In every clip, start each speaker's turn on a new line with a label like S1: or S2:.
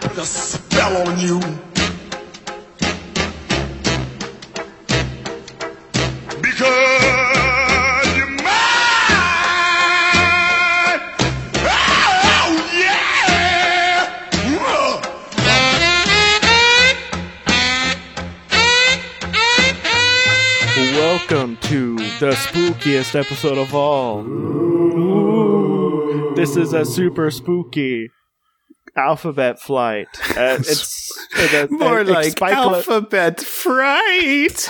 S1: put a spell on you. Because you're mine. Oh, yeah.
S2: Welcome to the spookiest episode of all. This is a super spooky alphabet flight. Uh, it's it- it-
S3: More
S2: it-
S3: like
S2: cyclo-
S3: alphabet fright.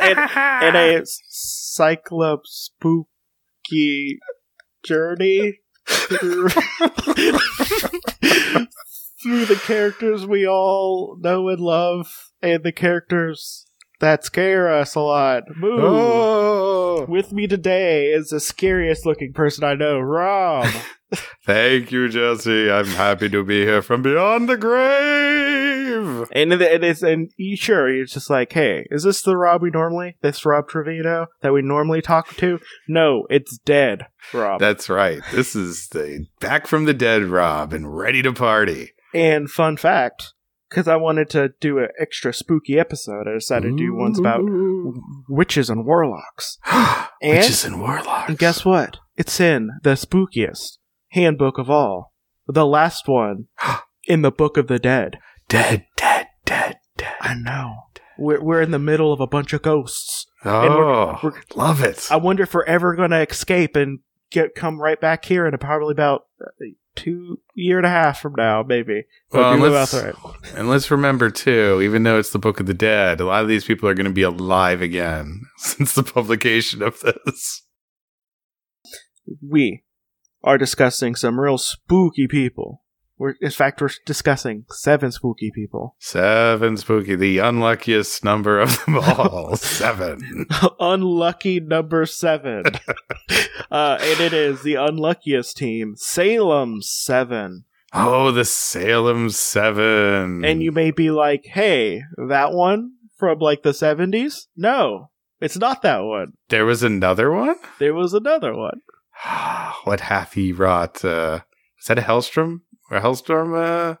S2: in, in a cyclops spooky journey through, through the characters we all know and love, and the characters that scare us a lot. Moo.
S3: Oh.
S2: With me today is the scariest looking person I know, Rob.
S3: Thank you, Jesse. I'm happy to be here from beyond the grave.
S2: and it- it is, and you sure it's just like, hey, is this the Rob we normally, this Rob Trevino that we normally talk to? No, it's dead, Rob.
S3: That's right. This is the back from the dead Rob and ready to party.
S2: and fun fact, because I wanted to do an extra spooky episode, I decided to do ones about witches and warlocks. And-
S3: witches and warlocks.
S2: And guess what? It's in the spookiest handbook of all, the last one in the Book of the Dead.
S3: Dead, dead, dead, dead.
S2: I know. We're, we're in the middle of a bunch of ghosts.
S3: Oh,
S2: we're-
S3: love it.
S2: I wonder if we're ever going to escape and get come right back here in probably about uh, two year and a half from now, maybe. But
S3: Well,
S2: we live
S3: let's-
S2: out there.
S3: And let's remember too, even though it's the Book of the Dead, a lot of these people are going to be alive again since the publication of this.
S2: we are discussing some real spooky people. We're, in fact, we're discussing seven spooky people.
S3: Seven spooky, the unluckiest number of them all. Seven.
S2: Unlucky number seven. uh, and it is the unluckiest team, Salem Seven.
S3: Oh, the Salem Seven.
S2: And you may be like, hey, that one from like the 70s? No, it's not that one.
S3: there was another one.
S2: There was another one.
S3: what hath he wrought? Uh, is that a Hellstrom or Hellstorm uh,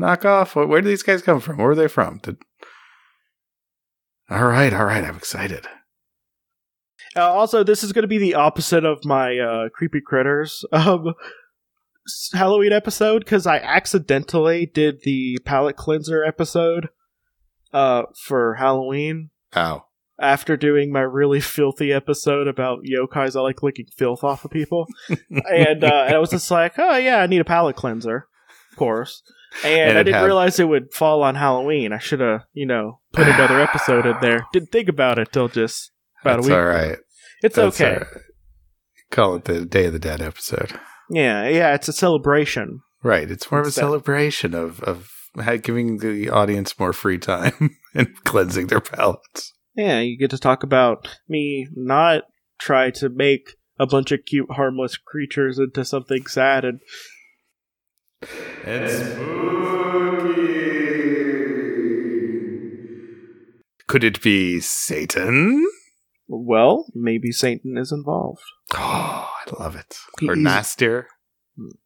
S3: knockoff? Where, where do these guys come from? Where are they from? Did... All right, all right. I'm excited.
S2: Uh, also, this is going to be the opposite of my uh, creepy critters um, s- Halloween episode because I accidentally did the palate cleanser episode uh, for Halloween
S3: Ow.
S2: after doing my really filthy episode about yokais. I like licking filth off of people, and, uh, and I was just like, oh yeah, I need a palate cleanser, of course. And,
S3: And
S2: I
S3: it
S2: didn't
S3: had-
S2: realize it would fall on Halloween. I should have, you know, put another episode in there. Didn't think about it till just about
S3: That's
S2: a week.
S3: all right.
S2: It's
S3: That's
S2: okay.
S3: all right. uh, Call it the Day of the Dead episode.
S2: Yeah, yeah, it's a celebration.
S3: Right. It's more of a
S2: It's that-
S3: celebration of of ha- giving the audience more free time and cleansing their palates.
S2: Yeah, you get to talk about me not try to make a bunch of cute, harmless creatures into something sad. And
S3: Could it be Satan?
S2: well, maybe Satan is involved.
S3: Oh, I love it.
S2: He- Eh?
S3: Or
S2: he's-
S3: Nastir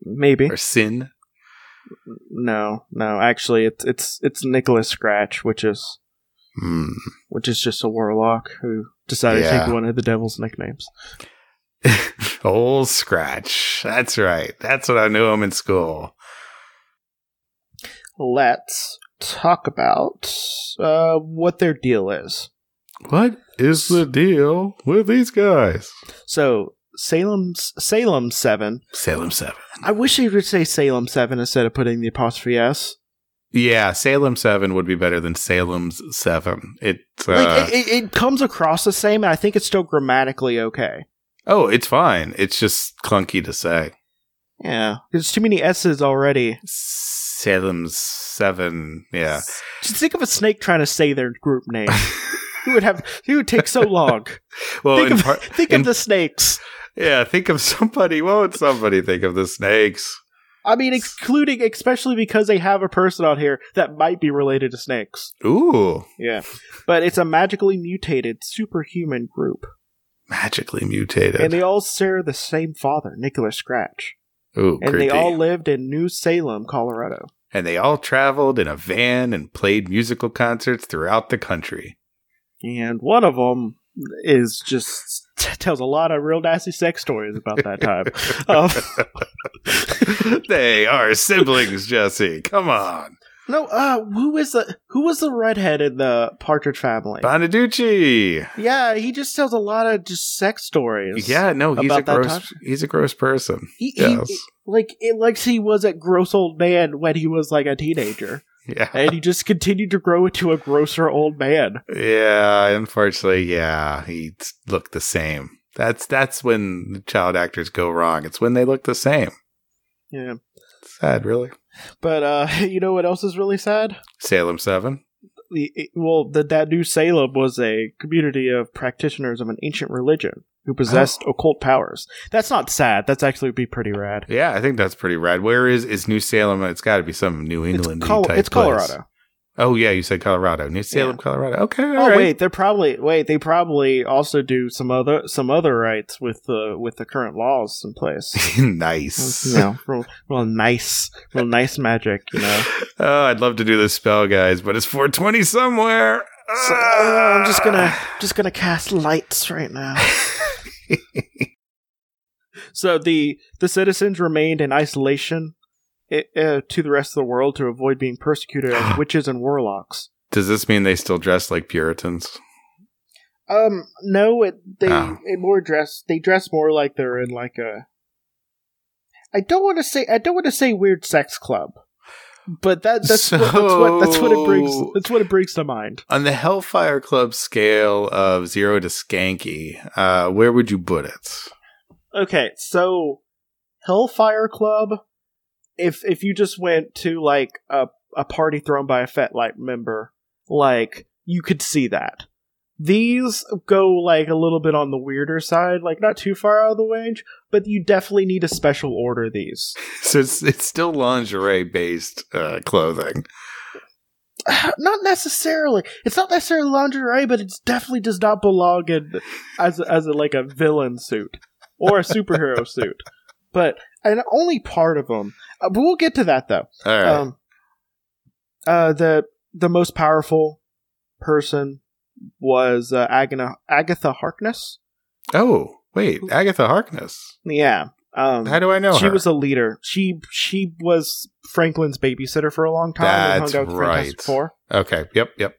S2: Maybe
S3: or Sin.
S2: no, no. Actually, it's it's it's Nicholas Scratch, which is
S3: Hmm.
S2: which is just a warlock who decided to
S3: Yeah.
S2: take one of the devil's nicknames.
S3: Old Scratch. That's right. That's what I knew him in school.
S2: Let's talk about uh, what their deal is.
S3: What is the deal with these guys?
S2: So Salem's Salem Seven
S3: Salem 7.
S2: I wish they would say Salem Seven instead of putting the apostrophe S.
S3: Yeah, Salem 7 would be better than Salem's 7. It, uh,
S2: like it, it, it comes across the same, and I think it's still grammatically okay.
S3: Oh, it's fine. It's just clunky to say.
S2: Yeah, there's too many S's already.
S3: Salem 7. Yeah.
S2: Just think of a snake trying to say their group name. It would have. It would take so long.
S3: Well,
S2: think
S3: in
S2: of,
S3: part,
S2: think
S3: in-
S2: of the snakes.
S3: yeah, think of somebody. What would somebody think of the snakes?
S2: I mean, excluding especially because they have a person on here that might be related to snakes.
S3: Ooh,
S2: Yeah, but it's a magically mutated superhuman group,
S3: magically mutated.
S2: and they all share the same father, Nicholas Scratch.
S3: Ooh,
S2: and
S3: creepy.
S2: they all lived in New Salem, Colorado.
S3: and they all traveled in a van and played musical concerts throughout the country.
S2: and one of them is just tells a lot of real nasty sex stories about that time. um,
S3: they are siblings, Jesse. Come on.
S2: no, uh, who is the who was the redhead in the Partridge Family?
S3: Bonaducci.
S2: yeah, he just tells a lot of just sex stories.
S3: Yeah, no, he's a
S2: About that
S3: gross
S2: time?
S3: he's a gross person.
S2: he, he-
S3: Yes.
S2: like it, like he was a gross old man when he was like a teenager,
S3: Yeah.
S2: and he just continued to grow into a grosser old man.
S3: Yeah, unfortunately, yeah, he t- looked the same. That's that's when the child actors go wrong. It's when they look the same.
S2: Yeah,
S3: Sad, really.
S2: but uh, you know what else is really sad?
S3: Salem Seven.
S2: the it- well the, that new Salem was a community of practitioners of an ancient religion who possessed
S3: Oh.
S2: occult powers. That's not sad. That's actually would be pretty rad.
S3: Yeah, I think that's pretty rad. Where is is New Salem? It's got to be some New England.
S2: it's, Col-
S3: type
S2: it's
S3: place.
S2: Colorado.
S3: Oh yeah, you said Colorado. New Salem, Colorado. Okay. all right.
S2: Oh wait, they're probably wait they probably also do some other some other rights with the with the current laws in place.
S3: nice.
S2: you know, real, real nice, real nice magic. You know,
S3: Oh, I'd love to do this spell, guys, but it's 420 somewhere. Ah.
S2: So, uh, I'm just gonna just gonna cast lights right now. so the the citizens remained in isolation i uh, to the rest of the world to avoid being persecuted as witches and warlocks.
S3: Does this mean they still dress like Puritans?
S2: Um, no, it, they
S3: Oh.
S2: it more dress they dress more like they're in like a. I don't want to say I don't want to say weird sex club, but that that's what, that's what that's what it
S3: So-
S2: brings that's what it brings to mind.
S3: On the Hellfire Club scale of zero to skanky, uh, where would you put it?
S2: Okay, so Hellfire Club. If if you just went to like a a party thrown by a Fet Light member, like you could see that. These go like a little bit on the weirder side, like not too far out of the range, but you definitely need a special order these.
S3: So it's, it's still lingerie based uh, clothing.
S2: not necessarily. It's not necessarily lingerie, but it definitely does not belong in as a, as a, like a villain suit or a superhero suit. But and only part of them. Uh, but we'll get to that though.
S3: All right.
S2: um, uh, the the most powerful person was uh, Agana, Agatha Harkness.
S3: oh, wait. Agatha Harkness.
S2: Yeah, um,
S3: How do I know
S2: she
S3: her?
S2: was a leader. She she was Franklin's babysitter for a long time. and
S3: That's
S2: hung out with Fantastic
S3: right.
S2: Four.
S3: okay. Yep. Yep.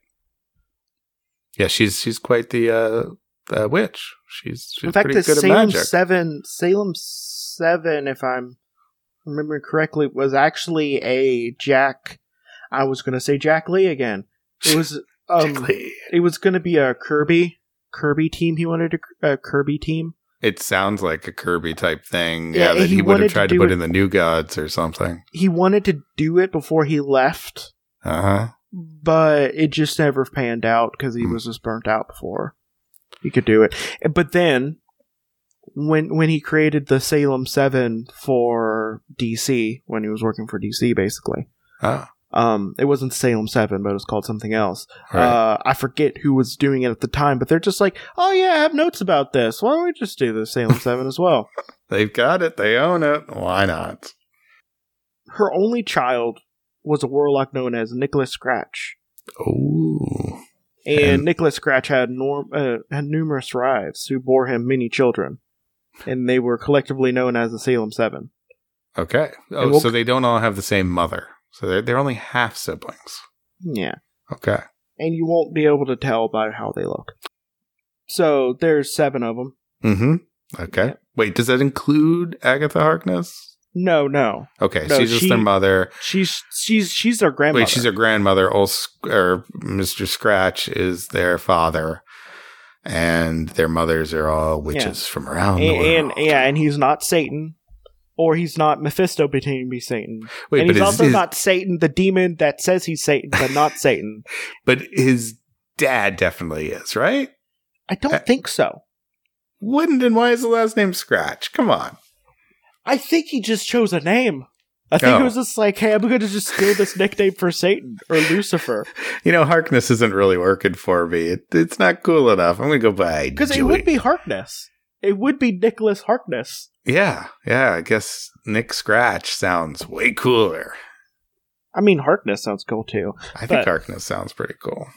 S3: Yeah, she's she's quite the uh, uh, witch. She's, she's
S2: In fact,
S3: pretty
S2: the
S3: good at
S2: Salem
S3: magic.
S2: Seven, Salem Seven, if I'm remembering correctly, was actually a Jack. I was going to say Jack Lee again. It was um,
S3: Exactly.
S2: it was going to be a Kirby Kirby team. He wanted a, a Kirby team.
S3: it sounds like a Kirby type thing.
S2: Yeah,
S3: Yeah, that
S2: he
S3: he, would
S2: wanted
S3: have
S2: to
S3: tried to,
S2: do
S3: put
S2: it-
S3: in the New Gods or something.
S2: He wanted to do it before he left,
S3: Uh huh.
S2: but it just never panned out because he
S3: Hmm.
S2: was just burnt out before he could do it. But then, when when he created the Salem Seven for DC, when he was working for DC, basically,
S3: Ah,
S2: um, it wasn't Salem Seven, but it was called something else.
S3: all right.
S2: Uh, I forget who was doing it at the time, but they're just like, "Oh yeah, I have notes about this. Why don't we just do the Salem Seven as well?"
S3: They've got it. They own it. Why not?
S2: her only child was a warlock known as Nicholas Scratch,
S3: Oh,
S2: and,
S3: And-
S2: Nicholas Scratch had norm uh, had numerous wives who bore him many children, and they were collectively known as the Salem Seven.
S3: okay. Oh,
S2: And we'll-
S3: so they don't all have the same mother. So they're they're only half siblings.
S2: Yeah,
S3: Okay.
S2: and you won't be able to tell by how they look. So there's seven of them.
S3: Mm-hmm. Okay. Wait, does that include Agatha Harkness?
S2: No, no,
S3: Okay,
S2: No,
S3: she's just
S2: she-
S3: their mother.
S2: she's she's she's their grandmother.
S3: Wait, she's her grandmother. Old Sc- or Mr. Scratch is their father, and their mothers are all witches from around the
S2: and,
S3: world.
S2: and yeah, and he's not Satan, or he's not Mephisto pretending to be Satan,
S3: Wait,
S2: and
S3: but is,
S2: he's also
S3: is-
S2: not Satan, the demon that says he's Satan but not Satan.
S3: But his dad definitely is, right?
S2: I
S3: Uh,
S2: don't think so.
S3: Wouldn't and why is the last name Scratch? Come on.
S2: I think he just chose a name. I think
S3: Oh.
S2: it was just like, hey, I'm going to just steal this nickname for Satan or Lucifer.
S3: You know, Harkness isn't really working for me. It, it's not cool enough. I'm going to go by
S2: Because it
S3: Dewey.
S2: would be Harkness. It would be Nicholas Harkness.
S3: Yeah, yeah. I guess Nick Scratch sounds way cooler.
S2: I mean, Harkness sounds cool too.
S3: I think
S2: But-
S3: Harkness sounds pretty cool.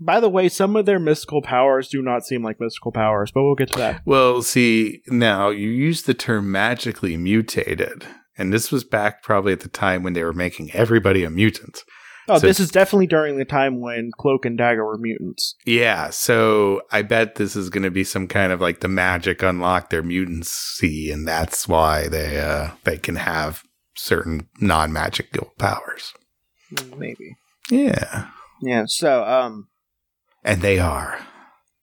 S2: By the way, some of their mystical powers do not seem like mystical powers, but we'll get to that.
S3: Well, see, now you use the term magically mutated, and this was back probably at the time when they were making everybody a mutant.
S2: Oh,
S3: So-
S2: this is definitely during the time when Cloak and Dagger were mutants.
S3: Yeah, so I bet this is going to be some kind of like the magic unlocked their mutancy, and that's why they uh, they can have certain non magical powers.
S2: Maybe.
S3: Yeah,
S2: Yeah. So, um,
S3: and they are.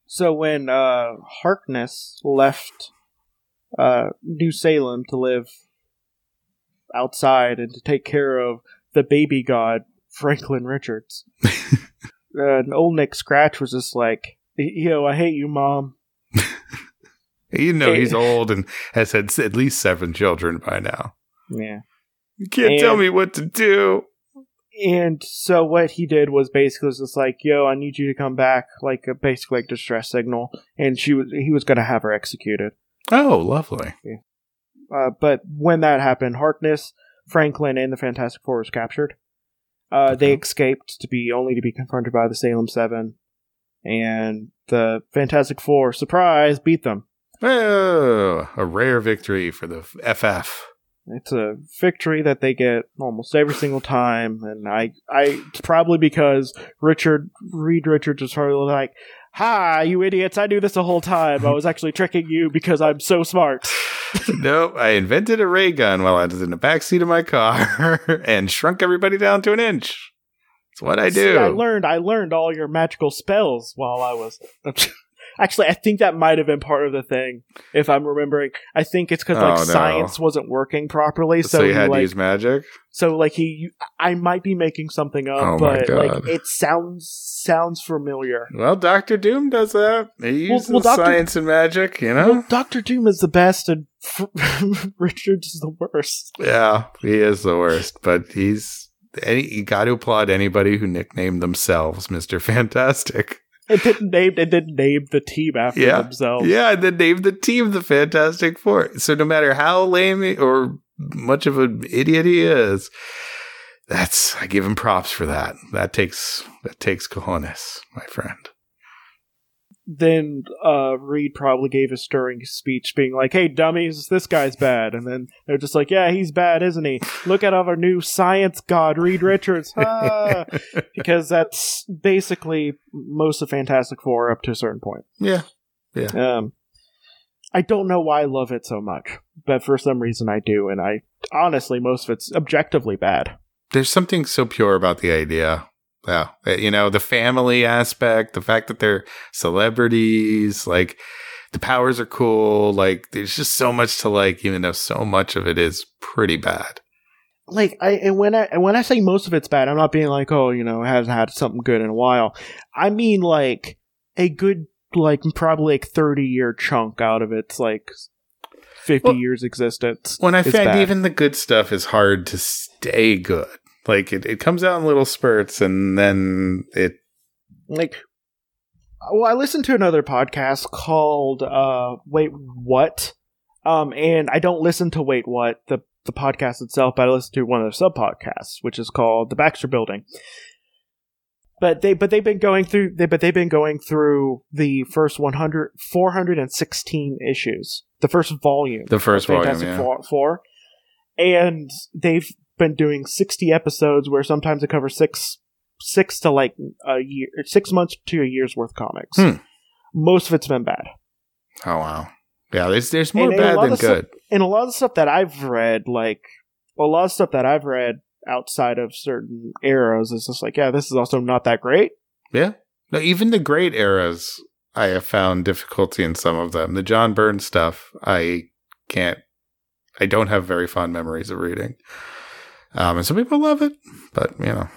S2: so when uh, Harkness left uh, New Salem to live outside and to take care of the baby god Franklin Richards, uh, and old Nick Scratch was just like, "Yo, I hate you, mom."
S3: You know
S2: Hey.
S3: he's old and has had s- at least seven children by now.
S2: Yeah.
S3: You can't
S2: And-
S3: tell me what to do.
S2: And so what he did was basically was just like, "Yo, I need you to come back," like a basically like distress signal, and she was he was gonna have her executed.
S3: Oh, lovely.
S2: Uh, but when that happened, Harkness, Franklin, and the Fantastic Four was captured. Uh, They
S3: Okay.
S2: escaped to be only to be confronted by the Salem Seven, and the Fantastic Four surprise beat them.
S3: Oh, a rare victory for the FF.
S2: It's a victory that they get almost every single time, and I, I it's probably because Richard Reed Richards was probably like, "Hi, you idiots! I knew this the whole time. I was actually tricking you because I'm so smart."
S3: nope, I invented a ray gun while I was in the backseat of my car and shrunk everybody down to an inch. That's what I do.
S2: See, I learned, I learned all your magical spells while I was. actually, I think that might have been part of the thing, if I'm remembering. I think it's because
S3: Oh,
S2: like
S3: no.
S2: science wasn't working properly,
S3: so,
S2: so,
S3: you
S2: he,
S3: had to
S2: like,
S3: use magic?
S2: So like he, I might be making something up,
S3: Oh my
S2: but like
S3: God.
S2: it sounds sounds familiar.
S3: Well, Doctor Doom does that. He
S2: Well-
S3: uses
S2: well, Dr.
S3: science and magic, you know?
S2: Well, Doctor Doom is the best, and Richards is the worst.
S3: Yeah, he is the worst, but he's any, you got to applaud anybody who nicknamed themselves Mr. Fantastic.
S2: It didn't name it didn't name the team after
S3: Yeah.
S2: themselves.
S3: Yeah, and then named the team the Fantastic Four. So no matter how lame he- or much of an idiot he is, that's I give him props for that. That takes that takes cojones, my friend.
S2: Then uh, Reed probably gave a stirring speech, being like, "Hey, dummies, this guy's bad." And then they're just like, "Yeah, he's bad, isn't he? Look at our new science god, Reed Richards." Ah. because that's basically most of Fantastic Four up to a certain point.
S3: Yeah.
S2: Um, I don't know why I love it so much, but for some reason I do, and I honestly most of it's objectively bad.
S3: There's something so pure about the idea. Yeah. Uh, You know, the family aspect, the fact that they're celebrities, like the powers are cool, like there's just so much to like, even though so much of it is pretty bad.
S2: Like I and when I and when I say most of it's bad, I'm not being like, oh, you know, it hasn't had something good in a while. I mean like a good like probably like 30 year chunk out of its like 50
S3: Well-
S2: years existence.
S3: When I
S2: is
S3: fact,
S2: bad.
S3: even the good stuff is hard to stay good. Like it, it comes out in little spurts and then it.
S2: like uh, well i listened to another podcast called uh wait what um and i don't listen to wait what the the podcast itself but i listen to one of their sub podcasts which is called the baxter building but they but they've been going through they but they've been going through the first 100 416 issues the first volume
S3: The first volume,
S2: Fantastic
S3: yeah.
S2: Four, Four. and they've been doing sixty episodes where sometimes they cover six, six to like a year, six months to a year's worth comics.
S3: Hmm.
S2: Most of it's been bad,
S3: Oh, wow. Yeah, there's, there's more
S2: And a
S3: bad
S2: lot
S3: than
S2: of stuff-
S3: good.
S2: and a lot of the stuff that I've read, like a lot of stuff that I've read outside of certain eras, is just like, yeah, this is also not that great.
S3: No, even the great eras, I have found difficulty in some of them. The John Byrne stuff, I can't, I don't have very fond memories of reading. Um, and some people love it, but you know,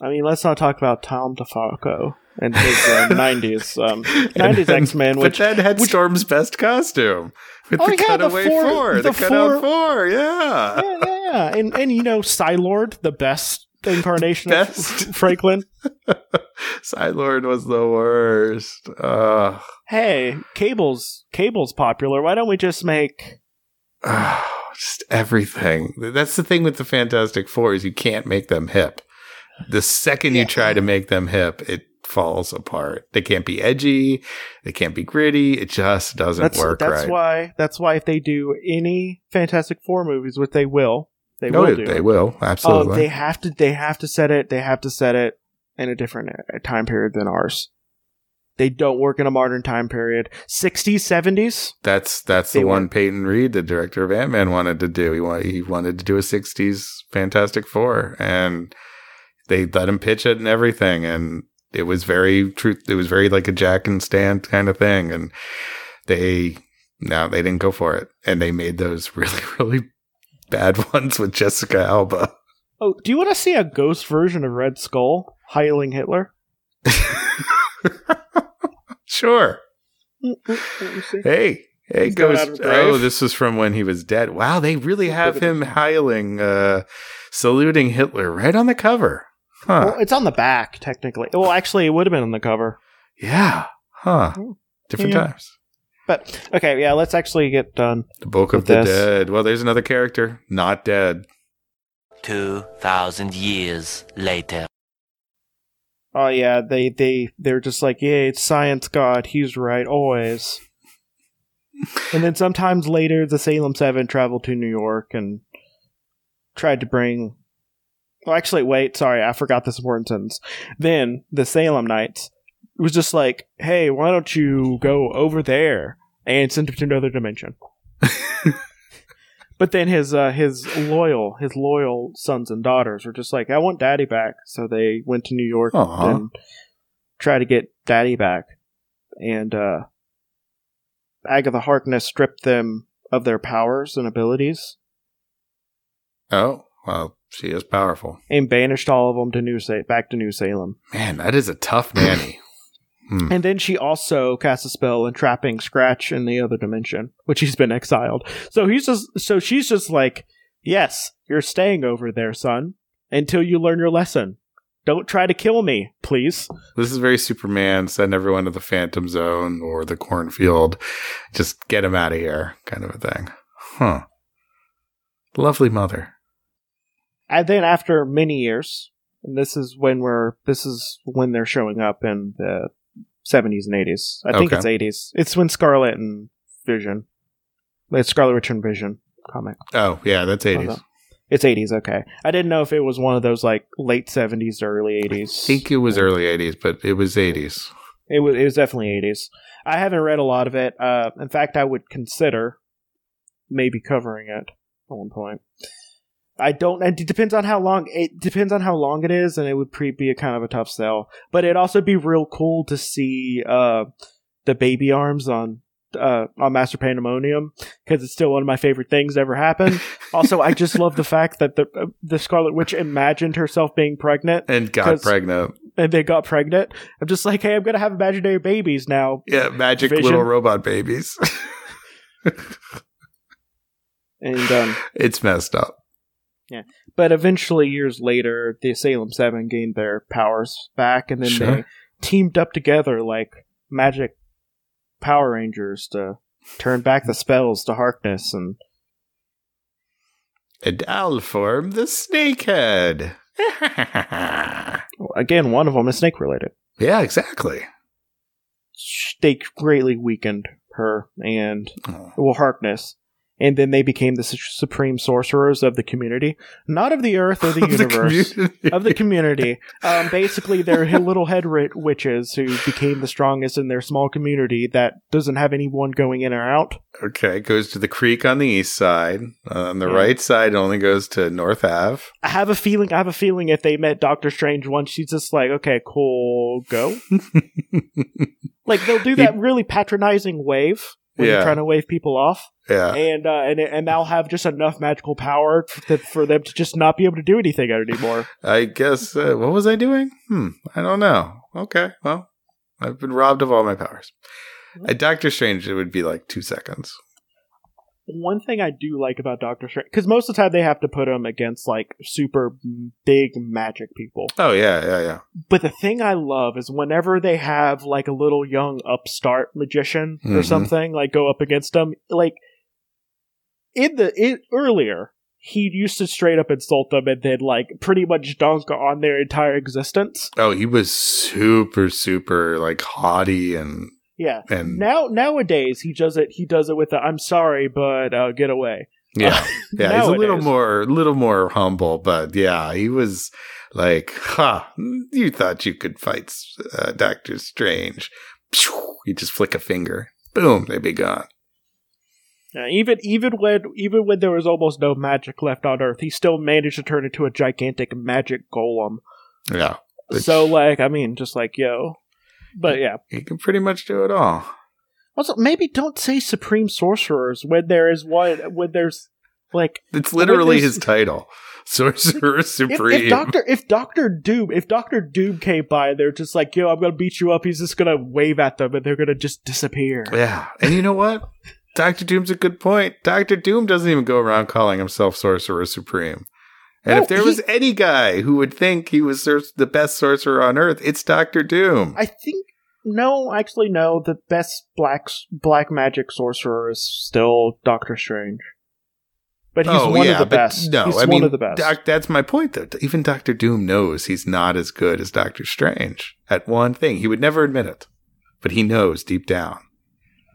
S2: I mean, let's not talk about Tom DeFalco and his uh, nineties. um, 90s
S3: then-
S2: X-Men, which-
S3: but then had
S2: which-
S3: Storm's best costume with
S2: Oh,
S3: the
S2: yeah, the
S3: cutaway
S2: four-
S3: four, the,
S2: the
S3: cutout
S2: four-
S3: four, yeah.
S2: yeah, yeah, yeah, and and you know, Psylord, the best incarnation
S3: Best.
S2: of Franklin.
S3: Psylord was the worst. Ugh.
S2: hey, cable's cable's popular. Why don't we just make
S3: Ah, just everything. That's the thing with the Fantastic Four is you can't make them hip. The second
S4: Yeah.
S3: you try to make them hip, it falls apart. They can't be edgy. They can't be gritty. It just doesn't
S2: that's
S3: work
S2: that's
S3: right.
S2: why that's why if they do any Fantastic Four movies, which they will, they
S3: No,
S2: will do.
S3: they will
S2: um,
S3: absolutely.
S2: they have to they have to set it they have to set it in a different uh, time period than ours. They don't work in a modern time period. 60s, 70s.
S3: that's that's
S2: they
S3: the one
S2: won't.
S3: Peyton Reed, the director of Ant Man, wanted to do. He wanted he wanted to do a '60s Fantastic Four, and they let him pitch it and everything, and it was very truth. It was very like a Jack and Stand kind of thing, and they no, they didn't go for it, and they made those really really bad ones with Jessica Alba.
S2: Oh, do you want to see a ghost version of Red Skull hailing Hitler?
S3: Sure.
S2: Mm, mm, let me see.
S3: Hey, hey,
S2: He's not out
S3: Ghost.
S2: of the grave.
S3: Oh, this is from when he was dead. Wow, they really have him hailing, uh, saluting Hitler right on the cover. Huh.
S2: Well, it's on the back technically. Well, actually, it would have been on the cover.
S3: Yeah. Huh. Different
S2: Oh, Yeah.
S3: times.
S2: But okay, yeah, let's actually get done.
S3: The Book of
S2: With
S3: the
S2: this.
S3: Dead. Well, there's another character. Not dead.
S5: 2,000 years later.
S2: Oh yeah, they they they're just like, yeah, it's science god, he's right always. and then sometimes later, the Salem Seven traveled to New York and tried to bring. Well, actually, wait, sorry, I forgot this important sentence. Then the Salem Knights was just like, hey, why don't you go over there and send him to another dimension? But then his uh, his loyal his loyal sons and daughters were just like, I want daddy back. So they went to New York
S3: Aw.
S2: and tried to get daddy back. And uh, Agatha Harkness stripped them of their powers and abilities
S3: Oh, well, she is powerful.
S2: and banished all of them to New Sa- back to New Salem.
S3: Man, that is a tough nanny. Hmm.
S2: And then she also cast a spell entrapping Scratch in the other dimension, which he's been exiled. So he's just so she's just like, Yes, you're staying over there, son, until you learn your lesson. Don't try to kill me, please.
S3: This is very Superman. Send everyone to the Phantom Zone or the cornfield. Just get him out of here, kind of a thing. Huh. Lovely mother.
S2: And then after many years, and this is when we're this is when they're showing up in the seventies and eighties. I think
S3: Okay.
S2: it's eighties. It's when Scarlet and Vision. It's Scarlet Witch and Vision comic.
S3: Oh yeah, that's eighties.
S2: Okay. It's eighties, okay. I didn't know if it was one of those like late seventies, early
S3: I
S2: eighties.
S3: think it was early eighties, but it was eighties.
S2: It was it was definitely eighties. I haven't read a lot of it. Uh, in fact, I would consider maybe covering it at one point. I don't. It depends on how long. It depends on how long it is, and it would pre- be a kind of a tough sell. But it'd also be real cool to see uh, the baby arms on uh, on Master Pandemonium because it's still one of my favorite things to ever happen. also, I just love the fact that the uh, the Scarlet Witch imagined herself being pregnant
S3: And got
S2: 'Cause-
S3: pregnant.
S2: and they got pregnant. I'm just like, hey, I'm gonna have imaginary babies now.
S3: Yeah, magic
S2: Vision.
S3: little robot babies.
S2: And um,
S3: it's messed up.
S2: but eventually, years later, the Salem Seven gained their powers back, and then they
S3: Sure.
S2: teamed up together like magic Power Rangers to turn back the spells to Harkness. And
S3: And I'll form the snakehead.
S2: again, one of them is snake related.
S3: yeah, exactly.
S2: They greatly weakened her and
S3: Oh,
S2: well Harkness. And then they became the su- supreme sorcerers of the community, not of the earth or the universe.
S3: community.
S2: of the community. Um, basically, they're hi- little head ri- witches who became the strongest in their small community that doesn't have anyone going in or out.
S3: okay, it goes to the creek on the east side. On the
S2: Yeah.
S3: right side, it only goes to North Ave.
S2: I have a feeling. I have a feeling if they met Doctor Strange once, she's just like, okay, cool, go. like they'll do that really patronizing wave when you're
S3: Yeah.
S2: trying to wave people off,
S3: Yeah,
S2: and uh, and and they'll have just enough magical power for, th- for them to just not be able to do anything anymore.
S3: I guess. Uh, what was I doing? Hmm, I don't know. Okay, well, I've been robbed of all my powers. At Doctor Strange, it would be like two seconds.
S2: one thing I do like about Doctor Strange, because most of the time they have to put him against like super big magic people.
S3: Oh yeah, yeah, yeah.
S2: But the thing I love is whenever they have like a little young upstart magician or
S3: Mhm.
S2: something like go up against him, like in the in, earlier he used to straight up insult them and then like pretty much dunk on their entire existence.
S3: Oh, he was super, super like haughty and
S2: Yeah.
S3: and
S2: Now nowadays he does it. He does it with the "I'm sorry, but uh, get away."
S3: yeah, yeah. he's a little
S2: nowadays.
S3: more, little more humble, but yeah, he was like, "Ha! You thought you could fight uh, Doctor Strange? Phew, You just flick a finger, boom, they'd be gone."
S2: Uh, even even when even when there was almost no magic left on Earth, he still managed to turn into a gigantic magic golem.
S3: Yeah, Which-
S2: So uh, like, I mean, just like yo, but yeah.
S3: he can pretty much do it all.
S2: Also, maybe don't say supreme sorcerers when there is one when there's like
S3: It's literally
S2: there's-
S3: his title, Sorcerer
S2: if,
S3: Supreme.
S2: if Doctor if Doctor Doom if Doctor Doom came by, and they're just like yo, I'm gonna beat you up. He's just gonna wave at them and they're gonna just disappear.
S3: Yeah. And you know what? Doctor Doom's a good point. Doctor Doom doesn't even go around calling himself Sorcerer Supreme. And
S2: No,
S3: if there was any guy who would think he was sor- the best sorcerer on earth, it's Doctor Doom.
S2: I think no, actually no. The best black black magic sorcerer is still Doctor Strange, but he's one of the
S3: Oh, but
S2: best.
S3: No,
S2: he's
S3: I
S2: one
S3: mean,
S2: of the best.
S3: Doc, that's my point, though. Even Doctor Doom knows he's not as good as Doctor Strange at one thing. He would never admit it, but he knows deep down.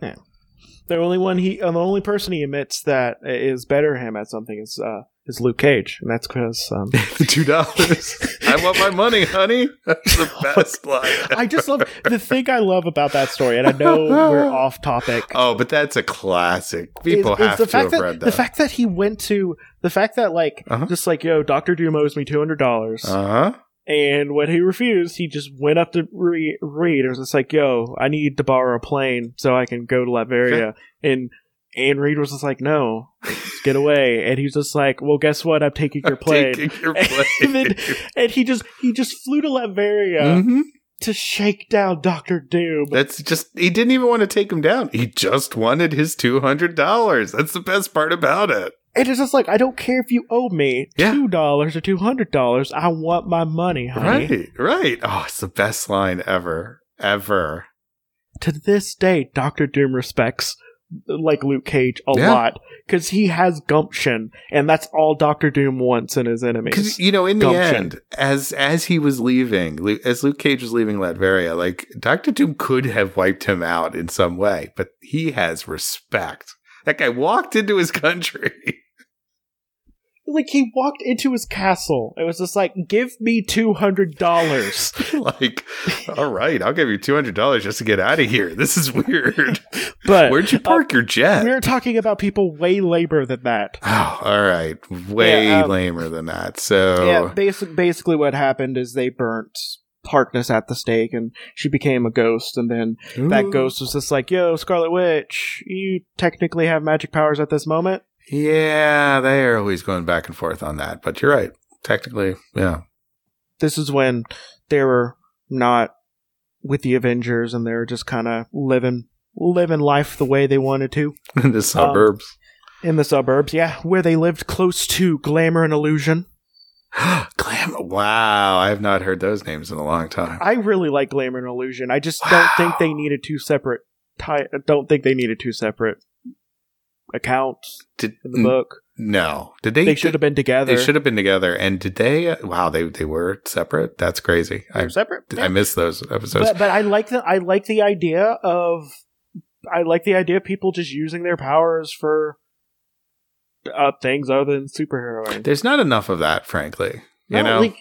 S2: the only one he, uh, the only person he admits that is better than him at something is uh, is Luke Cage, and that's because um,
S3: the two dollars. Oh I want my money, honey. That's the best line.
S2: I just love the thing I love about that story, and I know we're off topic.
S3: Oh, but that's a classic. People
S2: is- is
S3: have
S2: the
S3: to
S2: fact
S3: have
S2: that,
S3: read that.
S2: The fact that he went to the fact that like
S3: Uh-huh.
S2: just like yo, Doctor Doom owes me two hundred dollars,
S3: uh huh.
S2: and when he refused, he just went up to re- Reed and was just like, "Yo, I need to borrow a plane so I can go to Latveria," and and Reed was just like, "No, just get away," and he was just like, "Well, guess what? I'm taking your plane."
S3: Taking your
S2: and, then,
S3: plane.
S2: and he just he just flew to Latveria
S3: Mhm.
S2: to shake down Doctor Doom.
S3: That's just he didn't even want to take him down. He just wanted his two hundred dollars. That's the best part about it.
S2: And it's just like, I don't care if you owe me
S3: Yeah.
S2: two dollars or two hundred dollars. I want my money, honey.
S3: Right, right. Oh, it's the best line ever, ever.
S2: To this day, Doctor Doom respects like Luke Cage a
S3: Yeah.
S2: lot because he has gumption, and that's all Doctor Doom wants in his
S3: Because
S2: enemies.
S3: you know, in the
S2: gumption.
S3: end, as as he was leaving, Lu- as Luke Cage was leaving Latveria, like Doctor Doom could have wiped him out in some way, but he has respect. That guy walked into his country.
S2: Like he walked into his castle, it was just like, "Give me two hundred dollars."
S3: like, all right, I'll give you two hundred dollars just to get out of here. This is weird.
S2: But
S3: Where'd you park your jet?
S2: we're talking about people way lamer than that.
S3: Oh, all right, way
S2: Yeah, um,
S3: lamer than that. So
S2: Yeah, basic, basically what happened is they burnt Harkness at the stake, and she became a ghost, and then that ghost was just like, "Yo, Scarlet Witch, you technically have magic powers at this moment."
S3: Yeah, they are always going back and forth on that. But you're right. Technically, yeah.
S2: This is when they were not with the Avengers, and they were just kind of living living life the way they wanted to
S3: In the
S2: Um,
S3: suburbs.
S2: in the suburbs. Yeah, where they lived close to glamour and illusion.
S3: Glamour. Wow, I have not heard those names in a long time.
S2: I really like glamour and illusion. I just
S3: Wow.
S2: don't think they needed two separate. Ty- don't think they needed two separate accounts
S3: Did,
S2: in the book.
S3: No, did they?
S2: They should have been together.
S3: Mm. They should have been together. And did they? uh, Wow, they they were separate. That's crazy.
S2: They
S3: I
S2: were separate.
S3: I missed those episodes.
S2: but, but I like the I like the idea of I like the idea of people just using their powers for uh, things other than superheroing.
S3: There's not enough of that, frankly. You
S2: No,
S3: know,
S2: like,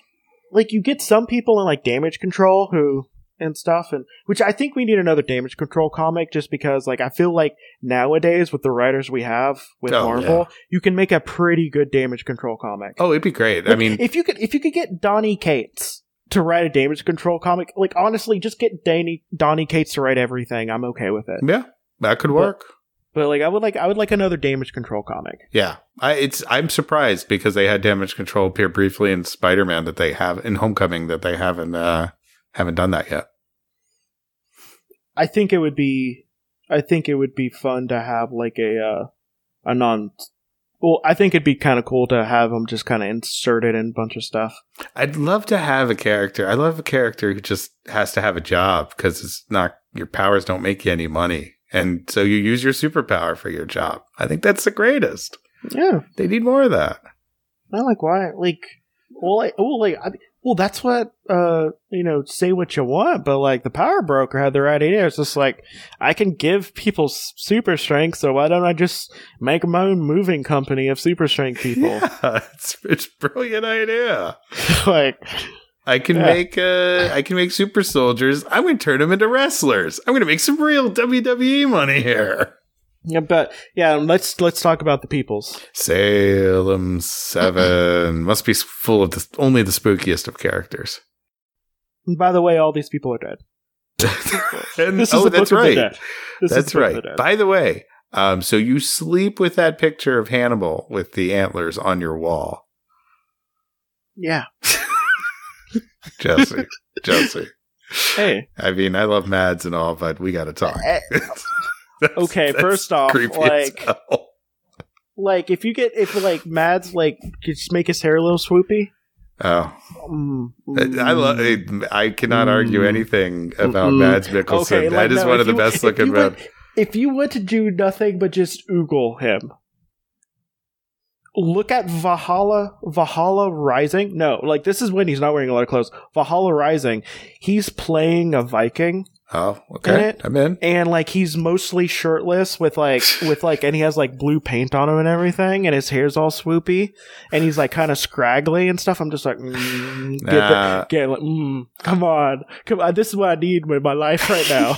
S2: like you get some people in like damage control who and stuff, and which I think we need another damage control comic just because like I feel like nowadays with the writers we have with
S3: Oh,
S2: Marvel,
S3: yeah.
S2: you can make a pretty good damage control comic.
S3: oh, it'd be great. I
S2: Like,
S3: mean,
S2: if you could, if you could get Donnie Cates to write a damage control comic, like honestly, just get Danny Donnie Cates to write everything. I'm okay with it.
S3: yeah, that could work.
S2: But like, I would like, I would like another damage control comic.
S3: yeah, I it's I'm surprised because they had damage control appear briefly in Spider Man that they have in Homecoming that they haven't uh haven't done that yet.
S2: I think it would be, I think it would be fun to have like a, uh, a non. Well, I think it'd be kind of cool to have him just kind of inserted in a bunch of stuff.
S3: I'd love to have a character. I love a character who just has to have a job because it's not your powers don't make you any money. And so you use your superpower for your job. I think that's the greatest.
S2: Yeah,
S3: They need more of that.
S2: I like why like well like, well like I, well that's what uh you know say what you want, but like the power broker had the right idea. It's just like I can give people s- super strength, so why don't I just make my own moving company of super strength people?
S3: Yeah, it's, it's a brilliant idea.
S2: like
S3: I can
S2: Yeah.
S3: make uh, I can make super soldiers. I'm going to turn them into wrestlers. I'm going to make some real WWE money here.
S2: yeah, but yeah, let's let's talk about the peoples.
S3: Salem Seven must be full of the, only the spookiest of characters.
S2: And by the way, all these people are dead.
S3: And-
S2: This is
S3: oh,
S2: the
S3: that's
S2: book
S3: right.
S2: of the dead. This is
S3: that's
S2: the Book of
S3: right.
S2: the Dead.
S3: By the way, um, so you sleep with that picture of Hannibal with the antlers on your wall,
S2: yeah.
S3: Jesse. Jesse.
S2: Hey.
S3: I mean, I love Mads and all, but we got to talk.
S2: Eh,
S3: That's-
S2: Okay.
S3: that's
S2: First off,
S3: creepy as
S2: like
S3: hell.
S2: like if you get if like Mads like could just make his hair a little swoopy.
S3: oh,
S2: Mm,
S3: I love.
S2: mm.
S3: I cannot argue
S2: Mm.
S3: anything about
S2: Mm-mm.
S3: Mads Mikkelsen.
S2: Okay, like,
S3: uh, that is
S2: no,
S3: one
S2: if
S3: of the
S2: you-
S3: best
S2: if
S3: looking
S2: you went-
S3: men.
S2: If you were to do nothing but just oogle him, look at Valhalla, Valhalla Rising. No, like this is when he's not wearing a lot of clothes. Valhalla Rising, he's playing a Viking,
S3: Oh, okay,
S2: it-
S3: I'm in.
S2: and like he's mostly shirtless with like with like, and he has like blue paint on him and everything, and his hair's all swoopy, and he's like kind of scraggly and stuff. I'm just like, mm, get the-
S3: Nah.
S2: get like, mm, come on, come on. This is what I need with my life right now.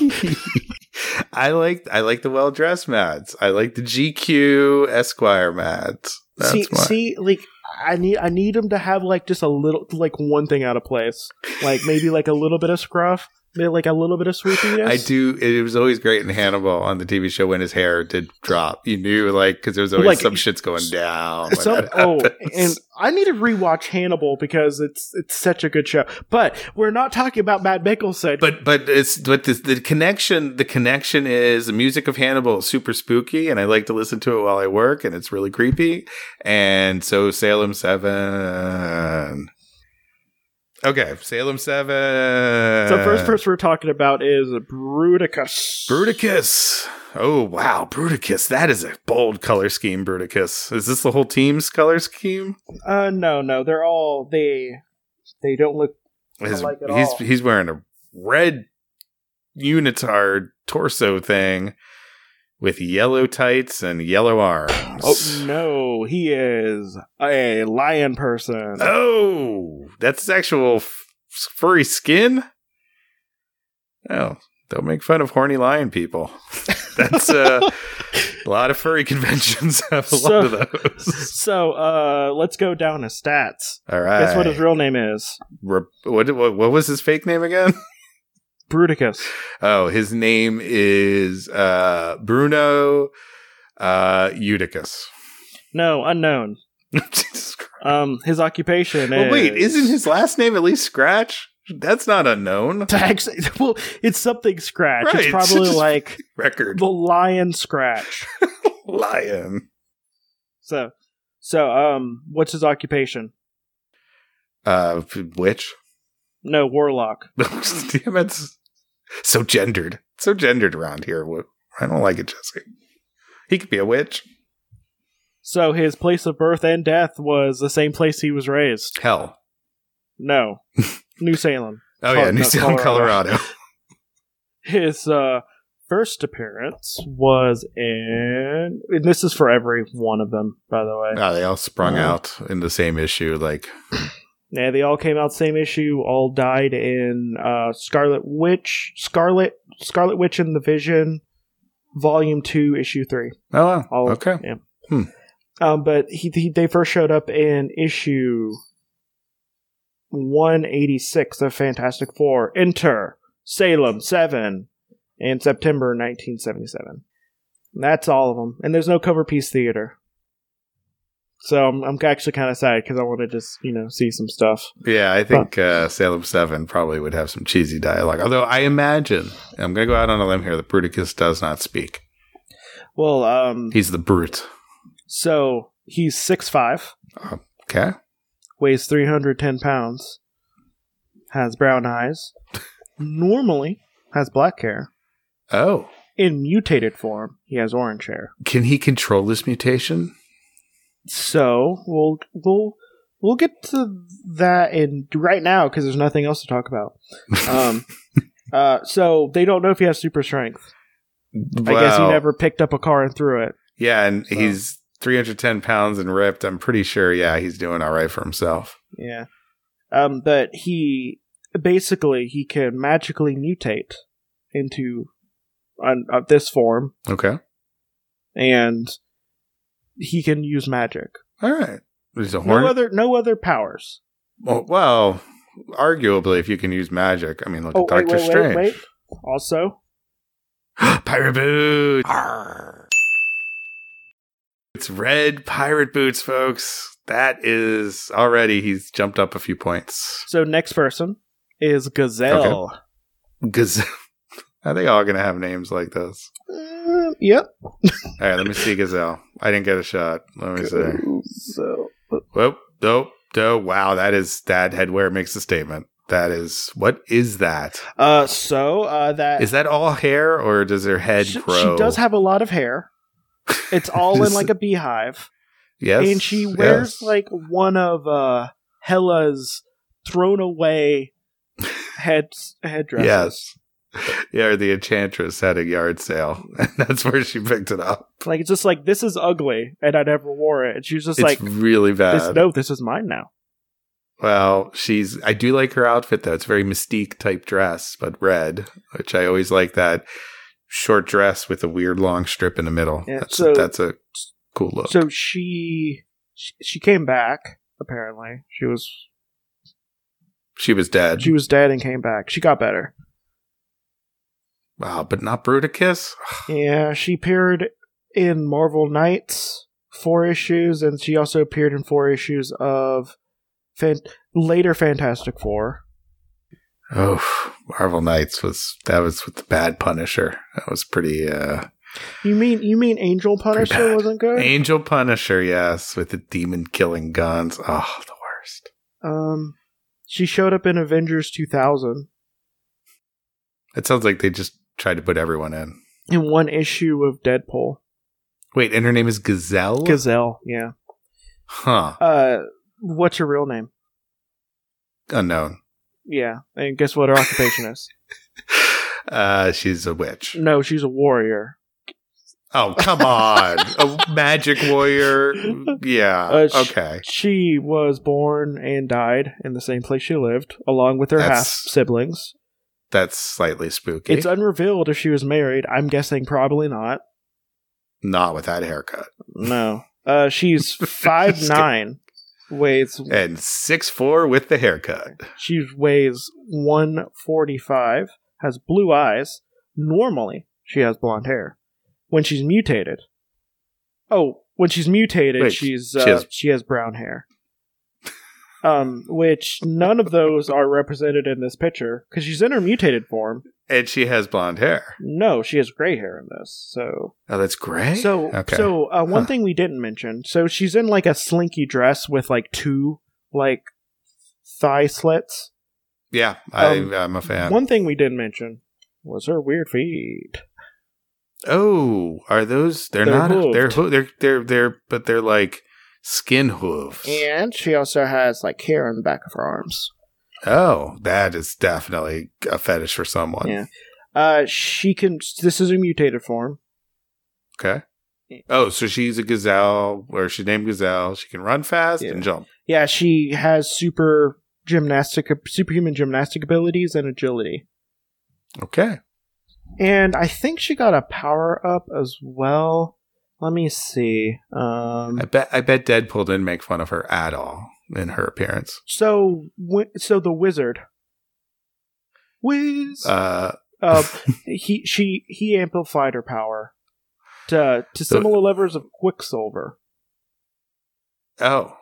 S3: I like I like the well dressed Mads. I like the GQ Esquire Mads. That's
S2: see,
S3: my-
S2: see, like I need, I need him to have like just a little, like one thing out of place, like maybe like a little bit of scruff, maybe like a little bit of swoopiness.
S3: I do. It was always great in Hannibal on the TV show when his hair did drop. You knew, like, because there was always
S2: Like,
S3: some shit's going down. when
S2: Some,
S3: that
S2: oh,
S3: happens.
S2: and I need to rewatch Hannibal because it's it's such a good show. But we're not talking about Matt Mickelson.
S3: but but it's but the, the connection the connection is the music of Hannibal is super spooky and I like to listen to it while I work and it's really creepy and so Salem Seven. Okay, Salem Seven.
S2: the first person we're talking about is Bruticus.
S3: uh, Bruticus. Oh wow, Bruticus. That is a bold color scheme, Bruticus. Is this the whole team's color scheme?
S2: Uh, no, no, they're all they they don't look
S3: His-
S2: like it
S3: he's
S2: all.
S3: he's wearing a red unitard torso thing with yellow tights and yellow arms.
S2: Oh no, he is a lion person.
S3: Oh, that's his actual f- furry skin. Oh, don't make fun of horny lion people. that's uh, a lot of furry conventions have a
S2: So-
S3: lot of those.
S2: So, uh, let's go down his stats.
S3: All right.
S2: Guess what his real name is?
S3: Re- what, what what was his fake name again?
S2: Bruticus.
S3: Oh, his name is uh, Bruno uh, Eutychus.
S2: No, unknown.
S3: Jesus Christ.
S2: Um, his occupation
S3: well,
S2: is.
S3: wait, isn't his last name at least Scratch? That's not unknown.
S2: Tax- well, it's something scratch.
S3: Right,
S2: It's probably
S3: just-
S2: like
S3: Record
S2: the lion scratch.
S3: lion.
S2: So, so um, what's his occupation?
S3: Uh, which?
S2: No, warlock.
S3: Damn, it's so gendered. So gendered around here. Wh- I don't like it, Jesse. He could be a witch.
S2: So his place of birth and death was the same place he was raised.
S3: Hell.
S2: No, New Salem.
S3: Oh,
S2: Col-
S3: yeah, New
S2: no,
S3: Salem,
S2: Colorado.
S3: Colorado.
S2: his uh, first appearance was in, and this is for every one of them, by the way.
S3: Ah, they all sprung
S2: Uh-huh.
S3: out in the same issue. Like,
S2: Yeah, they all came out same issue. All died in uh, Scarlet Witch, Scarlet Scarlet Witch and the Vision, Volume Two, Issue Three.
S3: oh, wow.
S2: All
S3: okay.
S2: Yeah.
S3: Hmm.
S2: Um, but he, he they first showed up in issue one eighty six of Fantastic Four. Enter Salem Seven in September nineteen seventy seven. That's all of them, and there's no cover piece theater. So I'm, I'm actually kind of sad because I want to just you know see some stuff.
S3: Yeah, I think uh, Salem Seven probably would have some cheesy dialogue. Although I imagine, and I'm going to go out on a limb here, that Bruticus does not speak.
S2: Well, um,
S3: He's the brute.
S2: so he's six five,
S3: Okay,
S2: weighs three hundred ten pounds, has brown eyes, normally has black hair.
S3: Oh,
S2: In mutated form, he has orange hair.
S3: can he control this mutation?
S2: So we'll we'll we'll get to that in right now because there's nothing else to talk about. Um, uh, so they don't know if he has super strength. I guess he
S3: Wow.
S2: never Oh. picked up a car and threw it.
S3: Yeah, and
S2: So-
S3: he's 310 pounds and ripped. I'm pretty sure. Yeah, he's doing all right for himself.
S2: Yeah. Um, but he basically he can magically mutate into an, uh, this form,
S3: Okay.
S2: and he can use magic.
S3: All right. There's a
S2: No
S3: hornet.
S2: other no other powers.
S3: Well- well, arguably, if you can use magic, I mean, look
S2: Oh
S3: at
S2: wait
S3: Doctor
S2: wait
S3: Strange.
S2: wait wait. Also,
S3: pirate boots. It's red pirate boots, folks. That is already he's jumped up a few points.
S2: so next person is Gazelle.
S3: Gaz- Are they all gonna have names like this?
S2: Uh, yep.
S3: All right, let me see Gazelle. I didn't get a shot. Let me see.
S2: So
S3: Whoop, dope, dope. Wow, that is that headwear makes a statement. That is what is that?
S2: uh so uh that
S3: Is that all hair or does her head
S2: she,
S3: grow?
S2: she does have a lot of hair. It's all in
S3: Just-
S2: like a beehive.
S3: yes,
S2: and she wears
S3: yes.
S2: like one of uh Hella's thrown away head headdresses.
S3: Yes. Yeah, or the enchantress had a yard sale. And that's where she picked it up.
S2: Like it's just like this is ugly and I never wore it. And she's just
S3: It's
S2: like
S3: really
S2: this
S3: bad.
S2: no, this is mine now.
S3: well, she's I do like her outfit though. It's very mystique type dress, but red, which I always like that short dress with a weird long strip in the middle.
S2: Yeah,
S3: that's
S2: so-
S3: that's a cool look.
S2: So she she- she came back, apparently. She was
S3: she was dead.
S2: she was dead and came back. She got better.
S3: Wow, but not Bruticus?
S2: Yeah, she appeared in Marvel Knights four issues, and she also appeared in four issues of fan- later Fantastic Four.
S3: Oh, Marvel Knights was that was with the bad Punisher. That was pretty uh
S2: You mean you mean Angel Punisher
S3: bad.
S2: wasn't good?
S3: Angel Punisher, yes, with the demon killing guns. Oh, the worst.
S2: um, she showed up in Avengers 2000
S3: It sounds like they just tried to put everyone in.
S2: in one issue of Deadpool.
S3: Wait, and her name is Gazelle?
S2: Gazelle, yeah.
S3: huh.
S2: Uh, what's her real name?
S3: Unknown.
S2: Yeah, and guess what her occupation is?
S3: Uh, she's a witch.
S2: No, she's a warrior.
S3: Oh, come on. a magic warrior. Yeah.
S2: Uh, sh-
S3: okay.
S2: She was born and died in the same place she lived, along with her half
S3: That's-
S2: siblings.
S3: That's slightly spooky.
S2: It's unrevealed if she was married. I'm guessing probably not.
S3: Not with that haircut.
S2: No. Uh, she's five nine, weighs
S3: And six four with the haircut.
S2: she weighs one forty five, has blue eyes. Normally, she has blonde hair. When she's mutated, oh, when she's mutated,
S3: Wait,
S2: she's
S3: she
S2: uh,
S3: has-
S2: she has brown hair. Um, which none of those are represented in this picture because she's in her mutated form.
S3: And she has blonde hair.
S2: No, she has gray hair in this. So,
S3: Oh, that's gray?
S2: so,
S3: okay.
S2: so uh, one
S3: Huh.
S2: thing we didn't mention. So she's in like a slinky dress with like two like thigh slits.
S3: yeah, I,
S2: um,
S3: I'm a fan.
S2: One thing we didn't mention was her weird feet.
S3: Oh, are those? They're,
S2: They're
S3: not.
S2: hooved.
S3: They're hoo- they're they're they're but they're like skin hooves.
S2: And she also has like hair on the back of her arms.
S3: Oh, that is definitely a fetish for someone.
S2: Yeah. Uh, she can. This is a mutated form.
S3: Okay. Oh, so she's a gazelle, or she's named gazelle. She can run fast
S2: Yeah.
S3: and jump.
S2: Yeah, she has super gymnastic, superhuman gymnastic abilities and agility.
S3: Okay.
S2: And I think she got a power up as well. Let me see. Um,
S3: I bet I bet Deadpool didn't make fun of her at all in her appearance.
S2: so wi- so the wizard. Wiz.
S3: Uh,
S2: uh, he she he amplified her power to to similar levels of quicksilver.
S3: oh,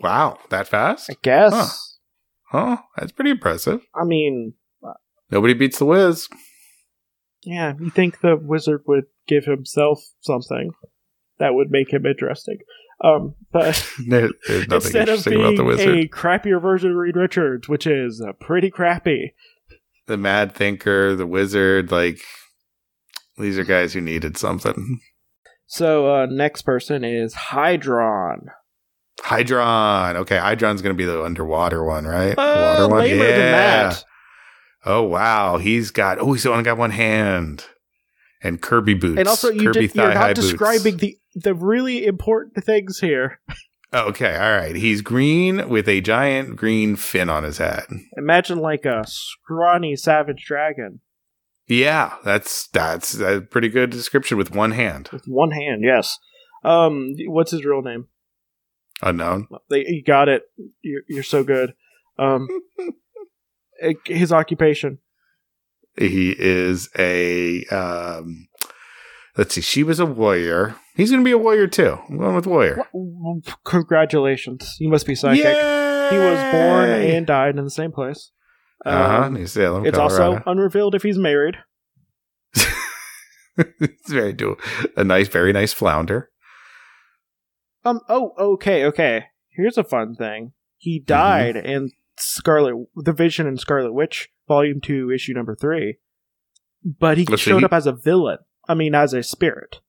S3: wow, that fast?
S2: I guess.
S3: Huh, that's pretty impressive.
S2: I mean,
S3: Nobody beats the Wiz.
S2: yeah. You think the wizard would give himself something that would make him interesting? Um, but
S3: There- there's nothing
S2: instead of
S3: interesting
S2: being
S3: about the Wizard.
S2: a crappier version of Reed Richards, which is uh, pretty crappy,
S3: the mad thinker, the wizard, like these are guys who needed something.
S2: So uh, next person is Hydron.
S3: Hydron. Okay, Hydron's going to be the underwater one, right? The
S2: Uh,
S3: water one?
S2: later than that.
S3: Oh wow, he's got. Oh, he's only got one hand. And Kirby boots.
S2: And also, you
S3: Kirby
S2: did, you're
S3: thigh-high
S2: not
S3: boots.
S2: describing the the really important things here.
S3: Oh, Okay, all right. He's green with a giant green fin on his head.
S2: Imagine like a scrawny savage dragon
S3: Yeah, that's that's a pretty good description with one hand.
S2: with one hand. Yes. Um, what's his real name?
S3: Unknown.
S2: They, you got it. You're, you're so good. Um, eh, his occupation.
S3: He is a um let's see, she was a warrior. He's gonna be a warrior too. I'm going with warrior.
S2: Congratulations. You must be psychic. He was born and died in the same place. Um,
S3: uh-huh, New Salem,
S2: It's also
S3: Colorado.
S2: unrevealed if he's married.
S3: it's very do a nice, very nice flounder.
S2: Um. Oh. Okay. Okay. Here's a fun thing.
S3: Mm-hmm.
S2: He died in Scarlet, the Vision and Scarlet Witch, Volume Two, Issue Number Three. But he
S3: Let's see,
S2: showed
S3: he-
S2: up as a villain. I mean, as a spirit.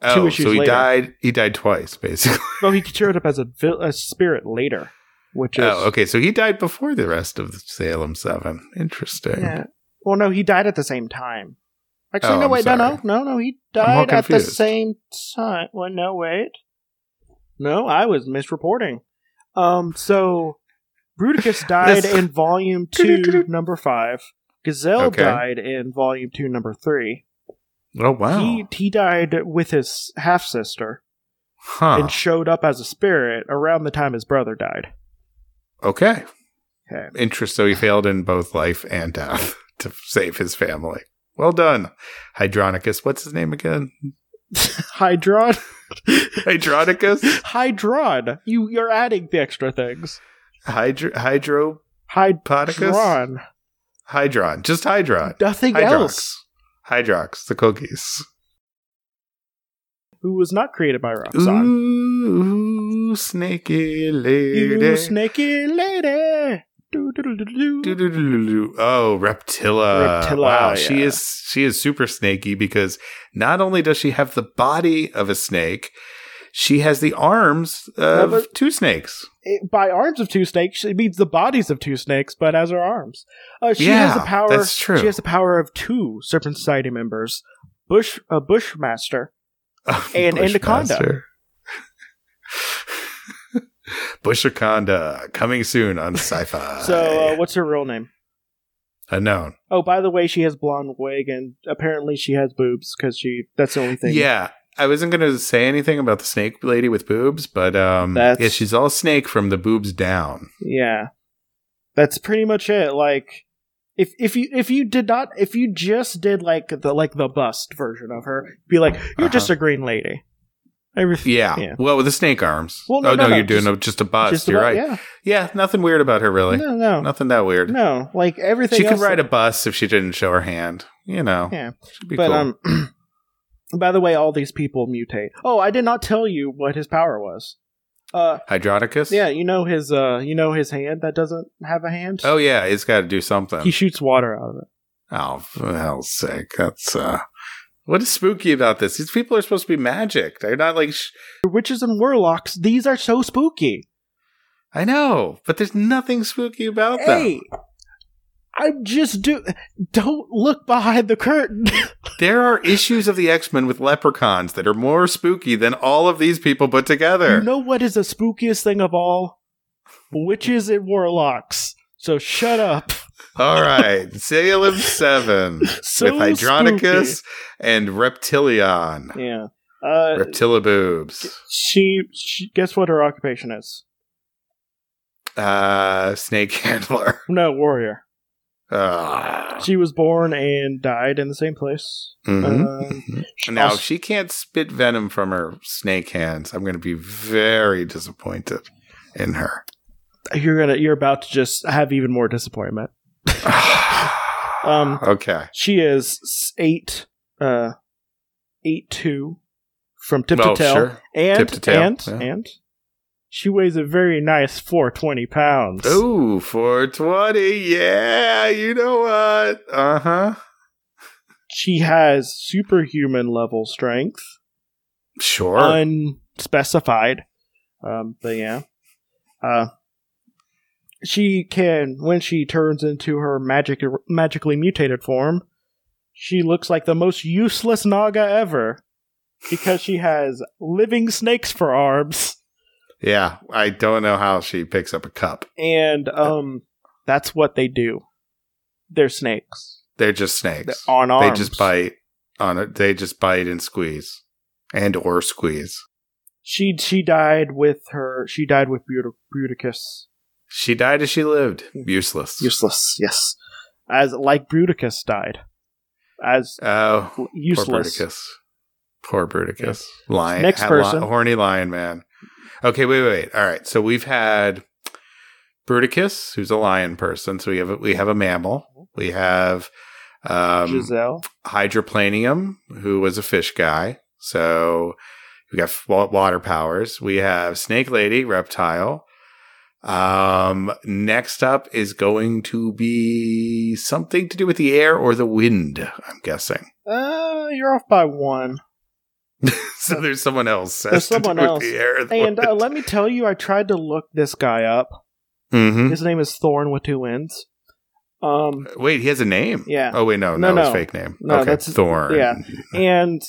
S3: Oh,
S2: Two issues
S3: so he
S2: later.
S3: died. He died twice, basically.
S2: No, he showed up as a, vil- a spirit later, which is.
S3: Oh, okay. So he died before the rest of the Salem Seven. Interesting.
S2: Yeah. Well, no, he died at the same time. Actually,
S3: Oh,
S2: no,
S3: I'm
S2: wait, no, no,
S3: sorry.
S2: no, no. He
S3: I'm all
S2: died at the
S3: confused.
S2: same time. Well, no, wait. No, I was misreporting. Um, so Bruticus died
S3: This-
S2: in Volume Two, Number Five. Gazelle
S3: Okay.
S2: died in Volume Two, Number Three.
S3: Oh wow.
S2: He he died with his half sister
S3: huh.
S2: and showed up as a spirit around the time his brother died.
S3: okay.
S2: Okay.
S3: Interest. So he failed in both life and death to save his family. Well done, Hydronicus. What's his name again?
S2: Hydron.
S3: Hydronicus.
S2: Hydron. You you're adding the extra things.
S3: Hydro. Hydro. Podicus.
S2: Hydron.
S3: Hydron. Just Hydron.
S2: Nothing
S3: Hydrox.
S2: else.
S3: Hydrox. The cookies.
S2: Who was not created by Roxxon.
S3: Ooh, snaky
S2: You
S3: lady.
S2: snaky lady. Do, do, do, do, do.
S3: Doo-doo-doo-doo-doo. Oh, Reptilla.
S2: Reptilla,
S3: wow, she
S2: yeah.
S3: is she is super snaky because not only does she have the body of a snake, she has the arms of
S2: but-
S3: two snakes.
S2: It- By arms of two snakes, it means the bodies of two snakes, but as her arms. Uh, she
S3: Yeah,
S2: has the power.
S3: that's true.
S2: She has the power of two Serpent Society members, Bush, a Bushmaster, And Endoconda.
S3: Bushmaster. Bushaconda coming soon on Sci-Fi.
S2: So, uh, what's her real name?
S3: unknown.
S2: Oh, by the way, she has blonde wig, and apparently she has boobs because she—that's the only thing.
S3: Yeah, I wasn't going to say anything about the snake lady with boobs, but um,
S2: That's-
S3: yeah, she's all snake from the boobs down.
S2: Yeah. That's pretty much it. Like if if you if you did not if you just did like the like the bust version of her, be like, You're just a green lady. Everything
S3: Uh-huh. Yeah.
S2: Yeah.
S3: Well, with the snake arms.
S2: Well, no,
S3: oh,
S2: no,
S3: no,
S2: no,
S3: you're doing
S2: just-
S3: a, just a bust.
S2: just
S3: you're
S2: about-
S3: right. Yeah. nothing weird about her,
S2: Yeah.
S3: really.
S2: No, no. No.
S3: Nothing that weird.
S2: Like everything
S3: she could
S2: else-
S3: ride a bus if she didn't show her hand. You know.
S2: Yeah.
S3: She'd be
S2: but
S3: cool.
S2: um by the way, all these people mutate. Oh, I did not tell you what his power was. Uh
S3: Hydronicus?
S2: yeah, you know his uh you know his hand that doesn't have a hand?
S3: Oh, yeah. It's got to do something.
S2: He shoots water out of it.
S3: oh, for hell's sake. That's, uh, what is spooky about this? These people are supposed to be magic. They're not like, sh-
S2: Witches and warlocks, these are so spooky.
S3: I know, but there's nothing spooky about
S2: Hey,
S3: them.
S2: I'm just do. Don't look behind the curtain.
S3: There are issues of the X Men with leprechauns that are more spooky than all of these people put together.
S2: you know what is the spookiest thing of all? Witches and warlocks. So shut up.
S3: All right, Salem Seven
S2: So
S3: with Hydronicus and Reptilion,
S2: spooky. Yeah. Uh,
S3: Reptilaboobs,
S2: she, she. Guess what her occupation is?
S3: uh, Snake Handler.
S2: No, warrior.
S3: Ah.
S2: She was born and died in the same place. Um, Uh,
S3: Mhm.
S2: She
S3: now,
S2: also-
S3: if she can't spit venom from her snake hands, I'm going to be very disappointed in her.
S2: you're gonna. You're about to just have even more disappointment. Um.
S3: okay.
S2: She is s- eight, uh, eight two, from tip
S3: Well,
S2: to tail,
S3: Oh, sure.
S2: and
S3: Tip to tail,
S2: and
S3: yeah.
S2: and she weighs a very nice four twenty pounds.
S3: Ooh, 420. Yeah, you know what? Uh huh.
S2: She has superhuman level strength,
S3: Sure.
S2: unspecified, Um, but yeah, uh, she can when she turns into her magic magically mutated form, she looks like the most useless Naga ever because she has living snakes for arms.
S3: Yeah, I don't know how she picks up a cup.
S2: and um, that's what they do. They're snakes
S3: They're just snakes.
S2: They're on
S3: They
S2: arms.
S3: just bite on it. They just bite and squeeze, and or squeeze.
S2: She she died with her. She died with Beauti- Bruticus.
S3: She died as she lived. Useless.
S2: Useless. Yes, as like Bruticus died, as
S3: Oh,
S2: useless.
S3: Poor Bruticus. Poor Bruticus. Lion.
S2: Next
S3: ha-
S2: person.
S3: li- horny lion man. Okay, wait, wait, wait. All right. So we've had Bruticus, who's a lion person. So we have a, we have a mammal. We have um,
S2: Giselle.
S3: Hydroplanium, who was a fish guy. So we got wa- water powers. We have Snake Lady, reptile. Um, next up is going to be something to do with the air or the wind, I'm guessing.
S2: Uh, you're off by one.
S3: so there's someone else.
S2: There's someone else. And uh,
S3: uh,
S2: let me tell you, I tried to look this guy up.
S3: hmm
S2: His name is Thorn with two N's. Um,
S3: wait, he has a name.
S2: Yeah.
S3: Oh wait, no,
S2: No,
S3: no, no.
S2: no.
S3: fake name.
S2: No,
S3: okay,
S2: that's-
S3: Thorn.
S2: yeah. and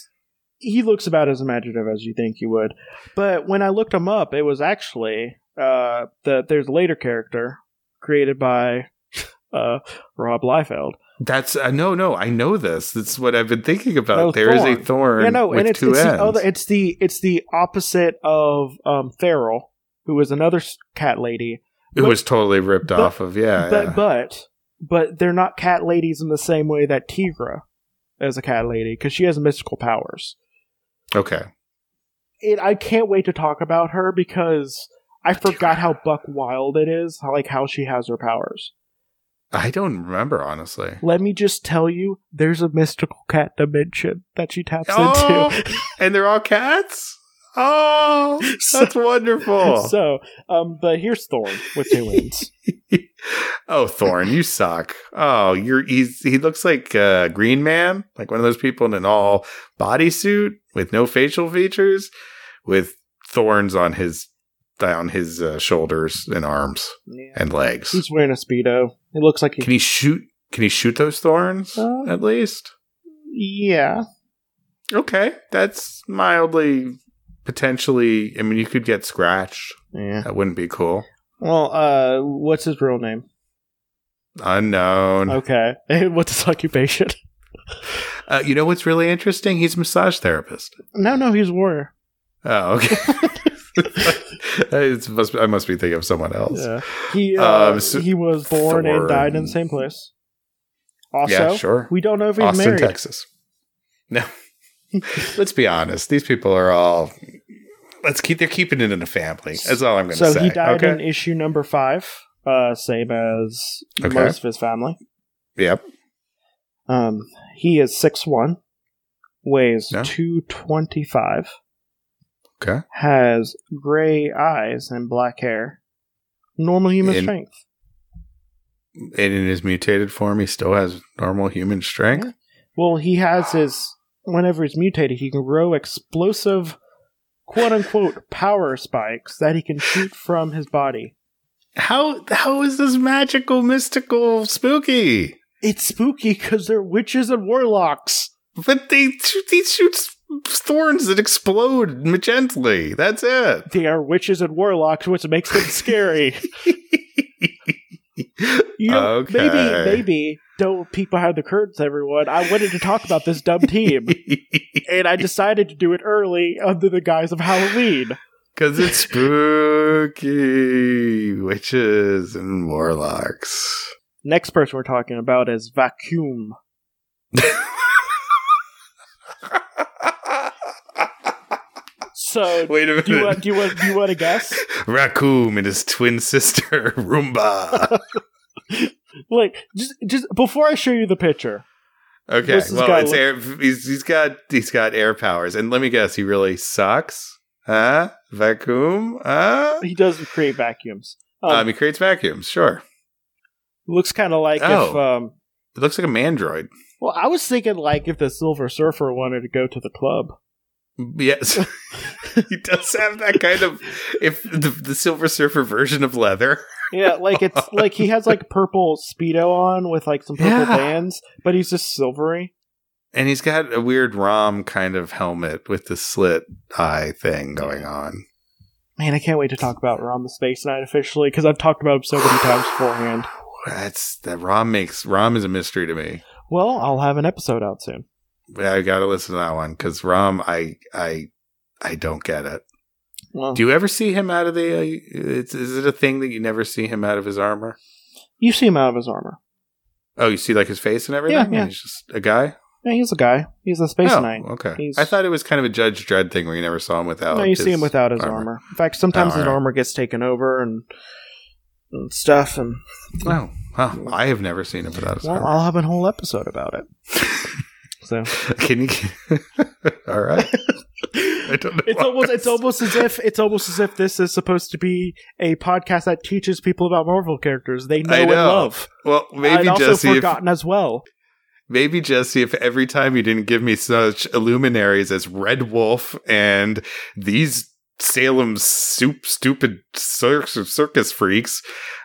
S2: he looks about as imaginative as you think he would. But when I looked him up, it was actually uh, the there's a later character created by uh, Rob Liefeld.
S3: That's uh, no, no. I know this. That's what I've been thinking
S2: No,
S3: about. There is
S2: Thorn.
S3: a thorn.
S2: yeah, no,
S3: with
S2: and it's,
S3: two
S2: it's
S3: ends.
S2: the other, it's the it's the opposite of um, Feral, who is another s- cat lady.
S3: It
S2: But-
S3: was totally ripped
S2: but-
S3: off of, yeah.
S2: but
S3: yeah.
S2: but but they're not cat ladies in the same way that Tigra is a cat lady because she has mystical powers.
S3: okay.
S2: it I can't wait to talk about her because I forgot how Buck Wild it is, how, like how she has her powers.
S3: I don't remember, honestly.
S2: Let me just tell you, there's a mystical cat dimension that she taps
S3: Oh,
S2: into.
S3: and they're all cats? Oh, that's wonderful.
S2: So, um, but here's Thorn with two wings.
S3: oh, Thorn, you suck. Oh, you're he's he looks like uh, Green Man, like one of those people in an all bodysuit with no facial features, with thorns on his on his uh, shoulders and arms
S2: yeah.
S3: and legs.
S2: He's wearing a speedo. It looks like he.
S3: Can he shoot? Can he shoot those thorns
S2: Uh,
S3: at least?
S2: yeah,
S3: Okay, that's mildly potentially. I mean, you could get scratched.
S2: yeah.
S3: That wouldn't be cool.
S2: Well, uh, what's his real name?
S3: Unknown.
S2: Okay, what's his occupation?
S3: Uh, you know what's really interesting? He's a massage therapist.
S2: No, no, he's a warrior.
S3: Oh, okay. Uh, it's must, I must be thinking of someone else.
S2: Yeah. He uh,
S3: Um, so-
S2: he was born
S3: Thorn.
S2: and died in the same place. Also,
S3: Yeah, sure.
S2: we don't know if he's
S3: Austin,
S2: married.
S3: Texas. No. Let's be honest. These people are all. Let's keep. They're keeping it in a family. That's all I'm going to
S2: So
S3: say.
S2: he died
S3: okay.
S2: in issue number five, uh, same as
S3: Okay.
S2: most of his family.
S3: yep.
S2: Um, he is six one, weighs
S3: Yeah.
S2: two twenty five,
S3: Okay.
S2: has gray eyes and black hair. Normal human
S3: In-
S2: strength.
S3: And in his mutated form, he still has normal human strength.
S2: Well, he has his whenever he's mutated, he can grow explosive quote unquote power spikes that he can shoot from his body.
S3: How how is this magical, mystical, spooky?
S2: It's spooky because they're witches and warlocks.
S3: But they he shoots thorns that explode magently. That's it.
S2: They are witches and warlocks, which makes them scary. You know,
S3: Okay.
S2: maybe maybe don't peek behind the curtains, everyone. I wanted to talk about this dumb team, and I decided to do it early under the guise of Halloween.
S3: Because it's spooky witches and warlocks.
S2: Next person we're talking about is Vacuum. So,
S3: Wait a minute.
S2: do you want, do you want, do you want to guess?
S3: Raccoon and his twin sister, Roomba.
S2: like just just before I show you the picture,
S3: Okay,
S2: What's this guy
S3: well, it's air. He's, he's got he's got air powers, and let me guess, he really sucks, huh? Vacuum, huh?
S2: he doesn't create vacuums. Um,
S3: um, he creates vacuums. Sure,
S2: looks kind of like if
S3: Oh.
S2: um.
S3: it looks like a mandroid.
S2: Well, I was thinking like if the Silver Surfer wanted to go to the club,
S3: Yes, he does have that kind of if the, the Silver Surfer version of leather.
S2: Yeah, like it's like he has like purple speedo on with like some purple
S3: Yeah.
S2: bands, but he's just silvery.
S3: And he's got a weird ROM kind of helmet with the slit eye thing going on.
S2: Man, I can't wait to talk about Rom the Space Knight officially because I've talked about him so many times beforehand.
S3: That's that ROM makes ROM is a mystery to me.
S2: Well, I'll have an episode out soon.
S3: But I gotta listen to that one because ROM, I I I don't get it.
S2: Well,
S3: Do you ever see him out of the? Uh, it's, is it a thing that you never see him out of his armor?
S2: you see him out of his armor.
S3: Oh, you see like his face and everything.
S2: Yeah,
S3: And
S2: yeah.
S3: He's just a guy.
S2: Yeah, he's a guy. He's a Space
S3: oh,
S2: Knight.
S3: okay.
S2: He's-
S3: I thought it was kind of a Judge Dredd thing where you never saw him without.
S2: no, you see
S3: his
S2: him without his
S3: armor.
S2: armor. In fact, sometimes
S3: Oh,
S2: his
S3: alright.
S2: armor gets taken over and, and stuff. And
S3: Oh, huh. I have never seen him without his
S2: well,
S3: armor.
S2: I'll have a whole episode about it. so
S3: Can you? All right. I don't know.
S2: it's
S3: why.
S2: almost it's almost as if it's almost as if this is supposed to be a podcast that teaches people about Marvel characters they know,
S3: I
S2: and
S3: know.
S2: love.
S3: well. Maybe
S2: I'd also
S3: Jesse. If,
S2: forgotten as well.
S3: maybe Jesse. If every time you didn't give me such illuminaries as Red Wolf and these Salem soup stupid cir- circus freaks,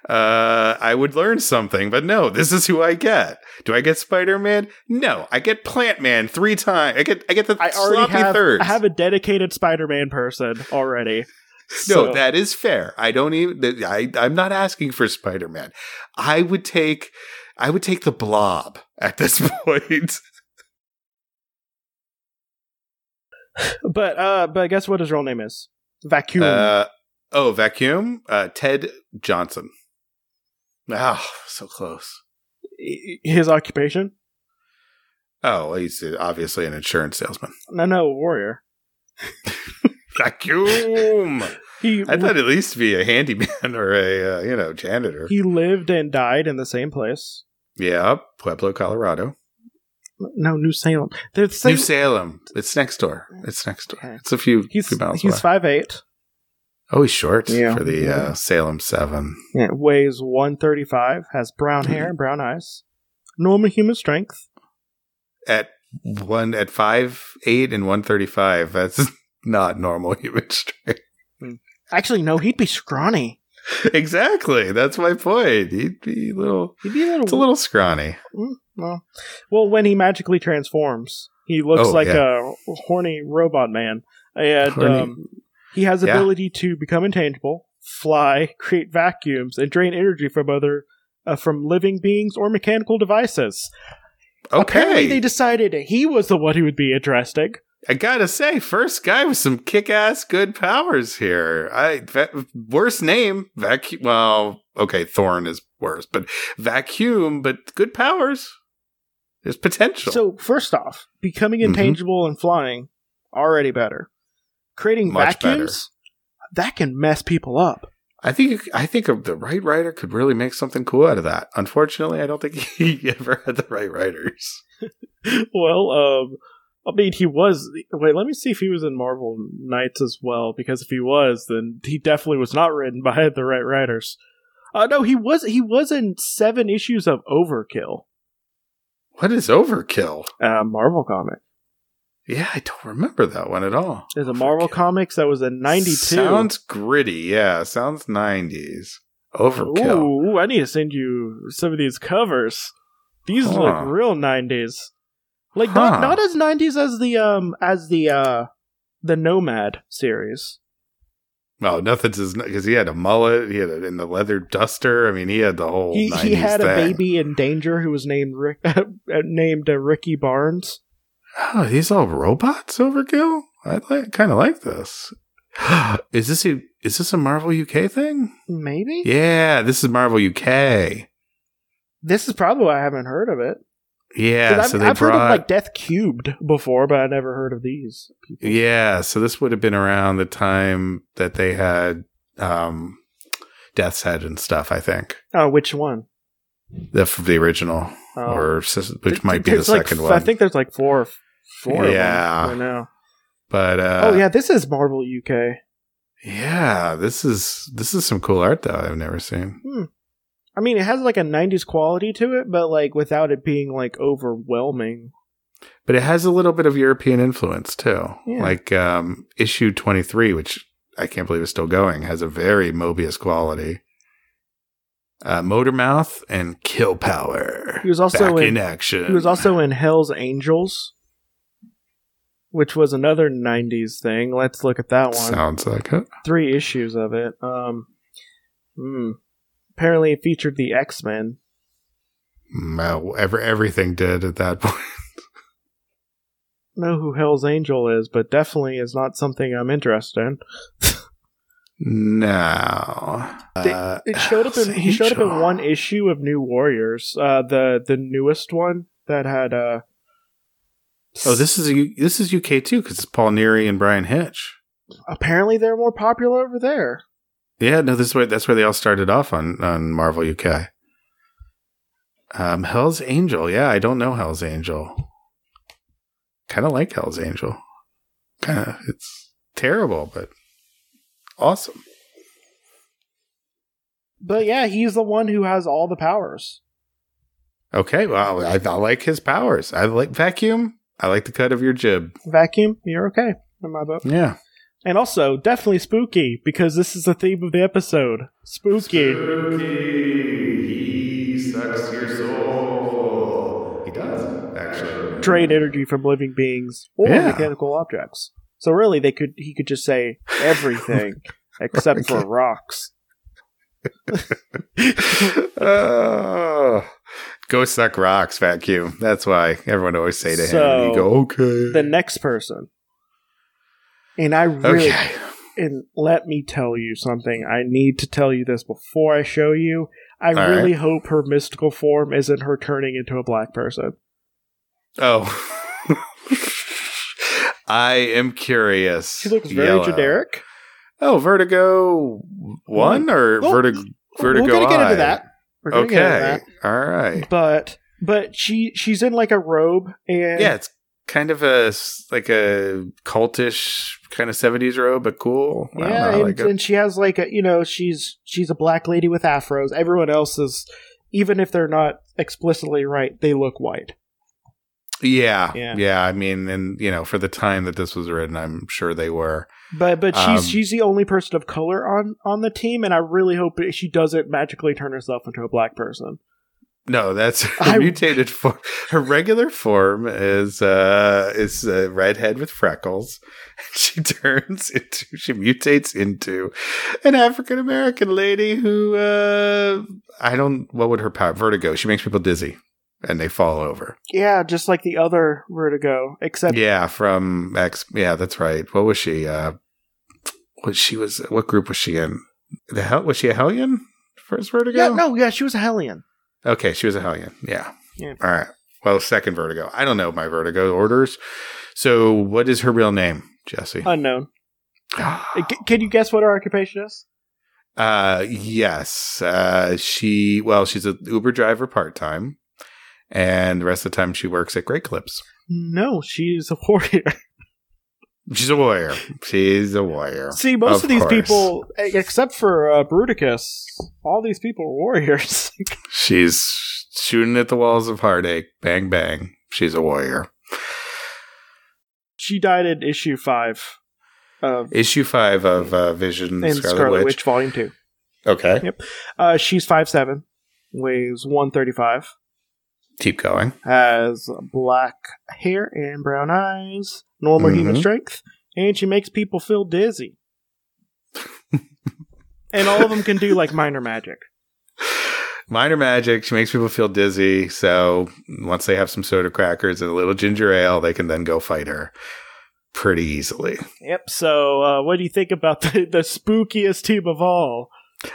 S3: uh, I would learn something. But no, this is who I get. Do I get Spider Man? No, I get Plant Man three times. I get I get the
S2: I already
S3: sloppy
S2: have
S3: thirds.
S2: I have a dedicated Spider-Man person already.
S3: No,
S2: So-
S3: that is fair. I don't even. th- I I'm not asking for Spider Man. I would take. I would take the Blob at this point.
S2: but uh, but guess what his real name is? Vacuum.
S3: Uh, oh, vacuum. Uh, Ted Johnson. Ah, so close.
S2: his occupation?
S3: Oh, well, he's obviously an insurance salesman.
S2: No, no, warrior.
S3: Vacuum.
S2: He
S3: I thought at least be a handyman or a uh, you know janitor.
S2: he lived and died in the same place.
S3: Yeah, Pueblo, Colorado.
S2: No, New Salem. They're the same.
S3: New Salem. It's next door. It's next door.
S2: Okay.
S3: It's a few,
S2: he's
S3: few miles away.
S2: he's five eight.
S3: Oh, he's short
S2: Yeah.
S3: for the uh, Salem Seven.
S2: Yeah, weighs one thirty five. Has brown hair, and brown eyes. Normal human strength.
S3: At one at five eight and one thirty five. That's not normal human strength.
S2: Actually, no, he'd be scrawny.
S3: exactly. That's my point. He'd be a little.
S2: He'd be a little.
S3: It's a little scrawny.
S2: well, well, when he magically transforms, he looks
S3: Oh,
S2: like a horny robot man, and
S3: Horny-
S2: um, he has
S3: Yeah.
S2: ability to become intangible, fly, create vacuums, and drain energy from other uh, from living beings or mechanical devices. Apparently,
S3: Okay.
S2: they decided he was the one who would be interesting.
S3: I gotta say, first guy with some kick ass good powers here. I va- worst name vacuum. Well, okay, Thorn is worse, but vacuum. But good powers. There's potential.
S2: So first off, becoming
S3: Mhm.
S2: intangible and flying already better. Creating
S3: Much better.
S2: vacuums that can mess people up.
S3: I think you, c- I think of the right writer could really make something cool out of that. Unfortunately, I don't think he ever had the right writers.
S2: well, um, I mean, he was. Wait, let me see if he was in Marvel Knights as well. Because if he was, then he definitely was not written by the right writers. Uh, no, he was. He was in seven issues of Overkill,
S3: What is Overkill?
S2: uh, Marvel comic.
S3: Yeah, I don't remember that one at all.
S2: There's a Marvel
S3: Overkill.
S2: comics that was in '92.
S3: Sounds gritty. Yeah, sounds 90s. Overkill.
S2: Ooh, I need to send you some of these covers. These
S3: Huh.
S2: look real nineties. Like not
S3: Huh.
S2: not as nineties as the um as the uh the Nomad series.
S3: Well, nothing's as because he had a mullet. He had it in the leather duster. I mean, he had the whole.
S2: He
S3: 90s
S2: he had a
S3: thing.
S2: baby in danger who was named Rick uh, named uh, Ricky Barnes.
S3: Oh, these all robots. Overkill. I like, kind of like this. is this a is this a Marvel UK thing?
S2: Maybe
S3: Yeah, this is Marvel UK.
S2: this is probably why I haven't heard of it. 'Cause
S3: Yeah,
S2: I've,
S3: so they
S2: I've
S3: brought.
S2: heard of like Death Cubed before, but I never heard of these. people.
S3: yeah, so this would have been around the time that they had um, Death's Head and stuff. I think
S2: Oh, which one?
S3: the the original,
S2: Oh.
S3: or sis-
S2: Th-
S3: which might be the
S2: there's, like,
S3: second
S2: f-
S3: one.
S2: I think there's like four, four.
S3: Yeah.
S2: of them right now.
S3: but uh,
S2: oh yeah, this is Marvel UK.
S3: yeah, this is this is some cool art though. I've never seen.
S2: I mean, it has like a '90s quality to it, but like without it being like overwhelming.
S3: but it has a little bit of European influence too.
S2: Yeah.
S3: Like um, issue 23, which I can't believe is still going, has a very Mobius quality. Uh, Motor Mouth and Kill Power.
S2: He was also
S3: back in,
S2: in-
S3: action.
S2: He was also in Hell's Angels, which was another 90s thing. Let's look at that one.
S3: Sounds like it.
S2: Three issues of it. Um, hmm. Apparently, it featured the X Men.
S3: Well, ever, everything did at that point.
S2: Know who Hell's Angel is, but definitely is not something I'm interested in.
S3: No.
S2: They-
S3: Uh,
S2: It showed up in he showed up in
S3: Angel.
S2: one issue of New Warriors, uh, the the newest one that had uh
S3: Oh, this is U- this is UK too because it's Paul Neary and Brian Hitch.
S2: apparently they're more popular over there.
S3: Yeah, no, this is where that's where they all started off on on Marvel UK. Um, Hell's Angel, yeah, I don't know Hell's Angel. Kind of like Hell's Angel. Kind of, it's terrible, but awesome.
S2: But yeah, he's the one who has all the powers.
S3: Okay, well, I, I like his powers. I like vacuum. I like the cut of your jib.
S2: Vacuum, you're okay in my book.
S3: Yeah,
S2: And also, definitely spooky because this is the theme of the episode. Spooky.
S3: he does actually.
S2: Drain energy from living beings or
S3: Yeah.
S2: mechanical objects. So really, they could he could just say everything except for rocks.
S3: oh, go suck rocks, vacuum. That's why everyone always say to him,
S2: So,
S3: "You go okay."
S2: The next person, and I really
S3: okay.
S2: and let me tell you something. I need to tell you this before I show you. I
S3: All
S2: really hope her mystical form isn't her turning into a black person.
S3: Oh, I am curious.
S2: She looks very
S3: Yellow.
S2: generic. Mm.
S3: Oh, Vertigo one or
S2: Well,
S3: Vertigo? Vertigo.
S2: We're gonna get
S3: I?
S2: into that. We're gonna
S3: okay.
S2: get into that.
S3: All right.
S2: but but she she's in like a robe and
S3: Yeah, it's kind of a s- like a cultish kind of seventies robe, but cool. I don't
S2: yeah,
S3: know,
S2: and,
S3: like a-
S2: and she has like a you know she's she's a black lady with afros. Everyone else is even if they're not explicitly right, they look white.
S3: yeah,
S2: Yeah.
S3: yeah, I mean, and you know, for the time that this was written, I'm sure they were.
S2: But but she's
S3: Um,
S2: she's the only person of color on on the team, and I really hope that she doesn't magically turn herself into a black person.
S3: No, that's
S2: I-
S3: her mutated form. Her regular form is uh is a redhead with freckles. She turns into she mutates into an African American lady who uh I don't what would her power vertigo. She makes people dizzy and they fall over.
S2: Yeah, just like the other Vertigo, except
S3: Yeah, from X yeah, that's right. What was she? Uh what she was what group was she in? The hell was she a hellion? First vertigo?
S2: yeah, no, yeah, she was a Hellion.
S3: Okay, she was a hellion. Yeah.
S2: Yeah.
S3: All right. Well, second vertigo. I don't know my vertigo orders. So, what is her real name, Jesse?
S2: Unknown. Uh,
S3: Uh,
S2: c- can you guess what her occupation is?
S3: yes. Uh, she. Well, she's an Uber driver part time, and the rest of the time she works at Great Clips.
S2: No, she's a warrior.
S3: She's a warrior. She's a warrior.
S2: See, most of,
S3: Of
S2: these
S3: course.
S2: people, e- except for uh, Bruticus, all these people are warriors.
S3: She's shooting at the walls of heartache. Bang bang. She's a warrior.
S2: she died in issue five of
S3: Issue five of uh, Vision
S2: in
S3: Scarlet,
S2: Scarlet,
S3: Witch.
S2: Witch. Volume Two.
S3: Okay,
S2: Uh, she's five seven, weighs one thirty five,
S3: keep going.
S2: has black hair and brown eyes, normal human
S3: Mhm.
S2: strength, and she makes people feel dizzy. and all of them can do like minor magic.
S3: Minor magic. She makes people feel dizzy. So once they have some soda crackers and a little ginger ale, they can then go fight her pretty easily.
S2: Yep. So, uh, what do you think about the, the spookiest team of all?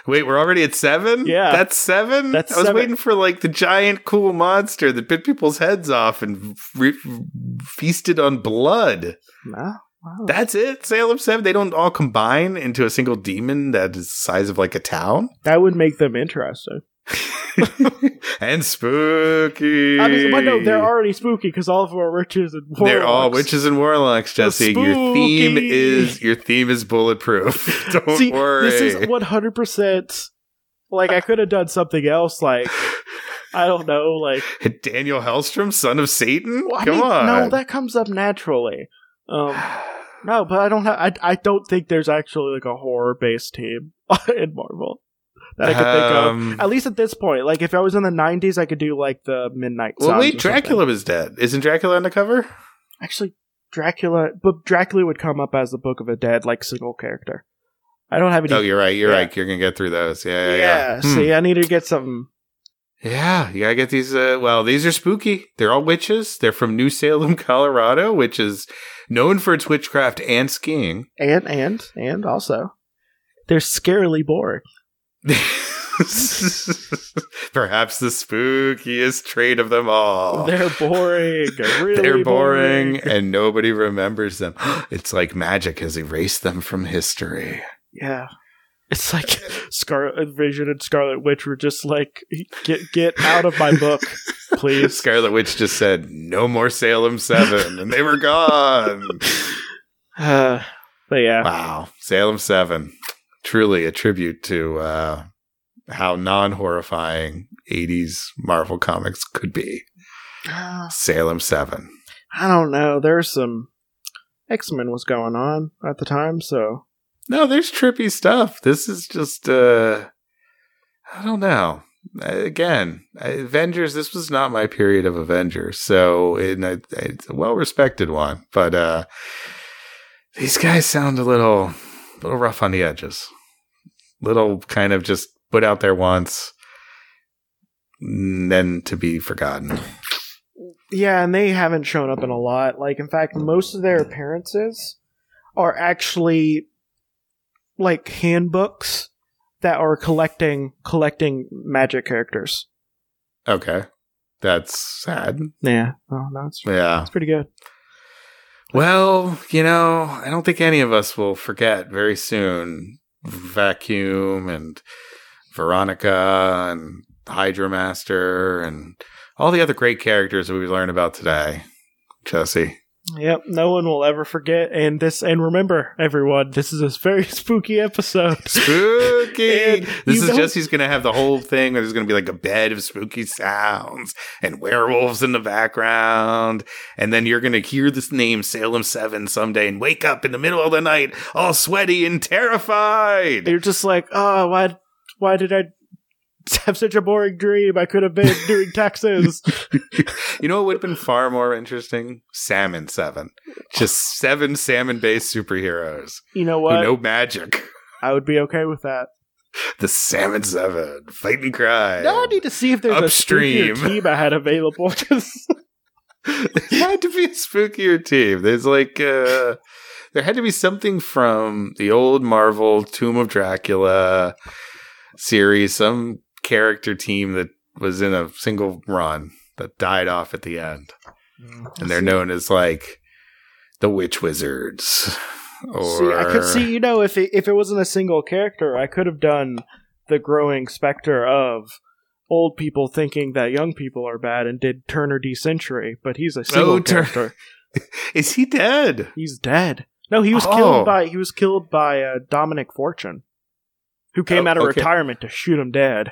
S3: Wait, we're already at seven?
S2: Yeah.
S3: That's seven?
S2: That's
S3: I was
S2: seven.
S3: waiting for like the giant cool monster that bit people's heads off and re- feasted on blood.
S2: Nah, wow.
S3: That's it? Salem 7? They don't all combine into a single demon that is the size of like a town?
S2: That would make them interesting.
S3: and spooky.
S2: I mean, but no, they're already spooky because all of them are witches and warlocks.
S3: They're all witches and warlocks,
S2: They're
S3: Jesse. Your theme
S2: spooky.
S3: is your theme is bulletproof. Don't
S2: See,
S3: worry.
S2: this is one hundred percent. Like I could have done something else, like I don't know, like
S3: Daniel Hellstrom, son of Satan.
S2: Well, I
S3: Come
S2: mean,
S3: on.
S2: No, that comes up naturally. Um, no, but I don't. Ha- I I don't think there's actually like a horror based team in Marvel that I could think
S3: Um,
S2: of. At least at this point, like if I was in the '90s, I could do like the Midnight.
S3: well,
S2: Suns
S3: wait,
S2: or
S3: Dracula was dead. Isn't Dracula on the cover?
S2: something. Actually, Dracula, but Dracula would come up as the Book of the Dead, like single character. I don't have any.
S3: Oh, you're right. You're
S2: Yeah.
S3: right. You're gonna get through those. Yeah, yeah, yeah.
S2: yeah.
S3: Hmm.
S2: See, I need to get some.
S3: Yeah, you gotta get these. Uh, well, these are spooky. They're all witches. They're from New Salem, Colorado, which is known for its witchcraft and skiing.
S2: And and and also, they're scarily boring.
S3: Perhaps the spookiest trait of them all.
S2: They're boring. Really
S3: Oh. They're boring,
S2: boring.
S3: and nobody remembers them. It's like magic has erased them from history.
S2: Yeah. It's like Scarlet Vision and Scarlet Witch were just like, get get out of my book, please.
S3: Scarlet Witch just said, "No more Salem 7," and they were gone.
S2: Uh, but yeah,
S3: Wow, Salem 7. Truly a tribute to uh, how non-horrifying 80s Marvel comics could be.
S2: Uh,
S3: Salem 7.
S2: I don't know. There's some X Men was going on at the time, so
S3: No, there's trippy stuff. This is just uh I don't know. Uh, Again, Avengers. This was not my period of Avengers, so and I, it's a well-respected one. But uh these guys sound a little, little rough on the edges. Little kind of just put out there once, and then to be forgotten.
S2: yeah. And they haven't shown up in a lot. Like, in fact, most of their appearances are actually like handbooks that are collecting collecting magic characters.
S3: Okay, that's sad.
S2: Yeah. Oh, no, it's,
S3: Yeah.
S2: it's pretty good.
S3: Well, you know, I don't think any of us will forget very soon Vacuum and Veronica and Hydromaster and all the other great characters that we learned about today. Jesse.
S2: Yep, no one will ever forget. And this, and remember, everyone, this is a very spooky episode.
S3: Spooky!
S2: And
S3: this
S2: you
S3: is
S2: know-
S3: Jesse's going to have the whole thing where there's going to be like a bed of spooky sounds and werewolves in the background. And then you're going to hear this name, Salem 7, someday and wake up in the middle of the night all sweaty and terrified.
S2: You're just like, oh, why, why did I have such a boring dream? I could have been doing taxes.
S3: you know what would have been far more interesting? Salmon Seven. Just seven salmon based superheroes
S2: You know
S3: who
S2: what?
S3: know magic.
S2: I would be okay with that.
S3: The Salmon Seven. Fighting crime.
S2: Now I need to see if there's
S3: Upstream.
S2: a spookier team I had available. 'cause-
S3: there had to be a spookier team. There's like uh there had to be something from the old Marvel Tomb of Dracula series, some character team that was in a single run that died off at the end. and they're known as like the witch wizards or
S2: See, I could see, you know, if it, if it wasn't a single character, I could have done the growing specter of old people thinking that young people are bad and did Turner D Century, but he's a single
S3: Oh, Tur-
S2: character.
S3: is he dead
S2: He's dead. No, he was
S3: Oh.
S2: killed by he was killed by uh, Dominic Fortune, who came
S3: Oh,
S2: out of
S3: okay.
S2: retirement to shoot him dead.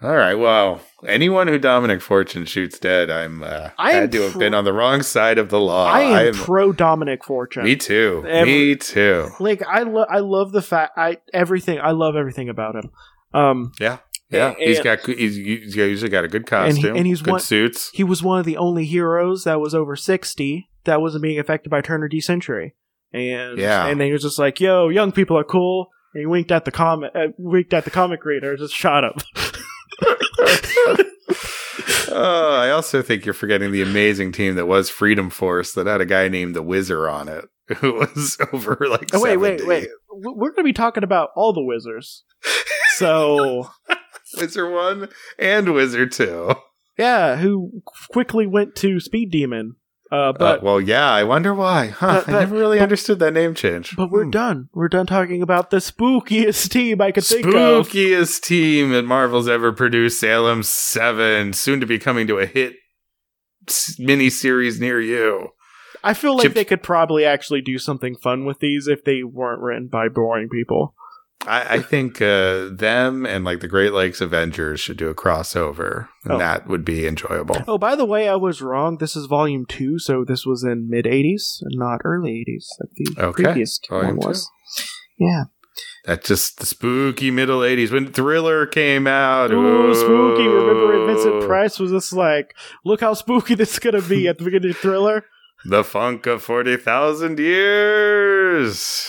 S3: all right well anyone who dominic fortune shoots dead i'm uh,
S2: I
S3: i
S2: am
S3: had to have
S2: pro-
S3: been on the wrong side of the law
S2: I am pro Dominic Fortune.
S3: Uh, me too
S2: Every-
S3: me too
S2: like I lo- I love the fact I everything I love everything about him. Um,
S3: yeah
S2: And-
S3: he's got good- he's, he's usually got a good
S2: And he-
S3: costume
S2: and he's
S3: good
S2: one-
S3: suits
S2: he was one of the only heroes that was over sixty that wasn't being affected by Turner D Century, and
S3: Yeah.
S2: and then he was just like, "Yo, young people are cool." And he winked at the comic, uh, winked at the comic reader, just shot him.
S3: oh, I also think you're forgetting the amazing team that was Freedom Force that had a guy named the Wizard on it who was over like.
S2: Oh, wait, wait,
S3: 70.
S2: wait. W- We're going to be talking about all the wizards. So,
S3: Wizard One and Wizard Two.
S2: yeah, who quickly went to Speed Demon. Uh,
S3: But
S2: but
S3: well, yeah, I wonder why. Huh?
S2: But-
S3: I
S2: but-
S3: never really
S2: but-
S3: understood that name change.
S2: but we're
S3: Hmm.
S2: done. We're done talking about the spookiest team I could think of.
S3: Spookiest team that Marvel's ever produced, Salem Seven, soon to be coming to a hit mini series near you.
S2: I feel like
S3: Chip-
S2: they could probably actually do something fun with these if they weren't written by boring people.
S3: I, I think uh, them and like the Great Lakes Avengers should do a crossover, and
S2: Oh.
S3: that would be enjoyable.
S2: Oh, by the way, I was wrong. This is volume two, so this was in mid '80s, and not early '80s, like the
S3: Okay.
S2: previous
S3: Volume
S2: one was. Yeah.
S3: That's just the spooky middle '80s when Thriller came out.
S2: Ooh, spooky. Remember when Vincent
S3: Ooh.
S2: Price was just like, "Look how spooky this is gonna be" at the beginning of Thriller.
S3: The funk of 40,000 years.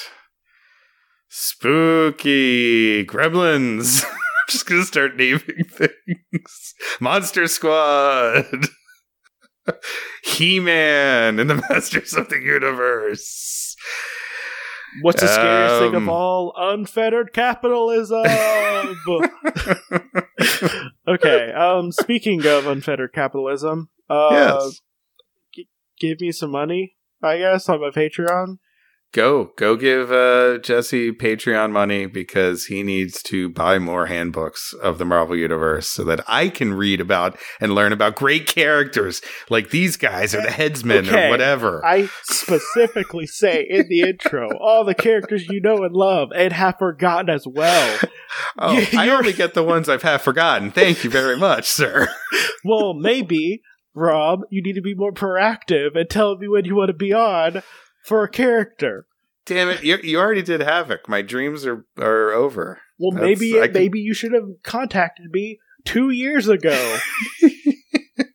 S3: Spooky gremlins. I'm just going to start naming things. Monster Squad. He Man and the Masters of the Universe.
S2: What's the scariest thing of
S3: Um.
S2: all? Unfettered capitalism. okay. Um, speaking of unfettered capitalism, uh,
S3: yes.
S2: give me some money, I guess, on my Patreon.
S3: Go, go give uh, Jesse Patreon money because he needs to buy more handbooks of the Marvel Universe so that I can read about and learn about great characters like these guys or the headsmen
S2: Okay.
S3: or whatever.
S2: I specifically say in the intro all the characters you know and love and have forgotten as well.
S3: Oh,
S2: You-
S3: I
S2: you're-
S3: only get the ones I've half forgotten. Thank you very much, sir.
S2: Well, maybe, Rob, you need to be more proactive and tell me when you want to be on for a character.
S3: Damn it, you, you already did havoc. My dreams are are over.
S2: Well,
S3: That's-
S2: maybe
S3: I can-
S2: maybe you should have contacted me two years ago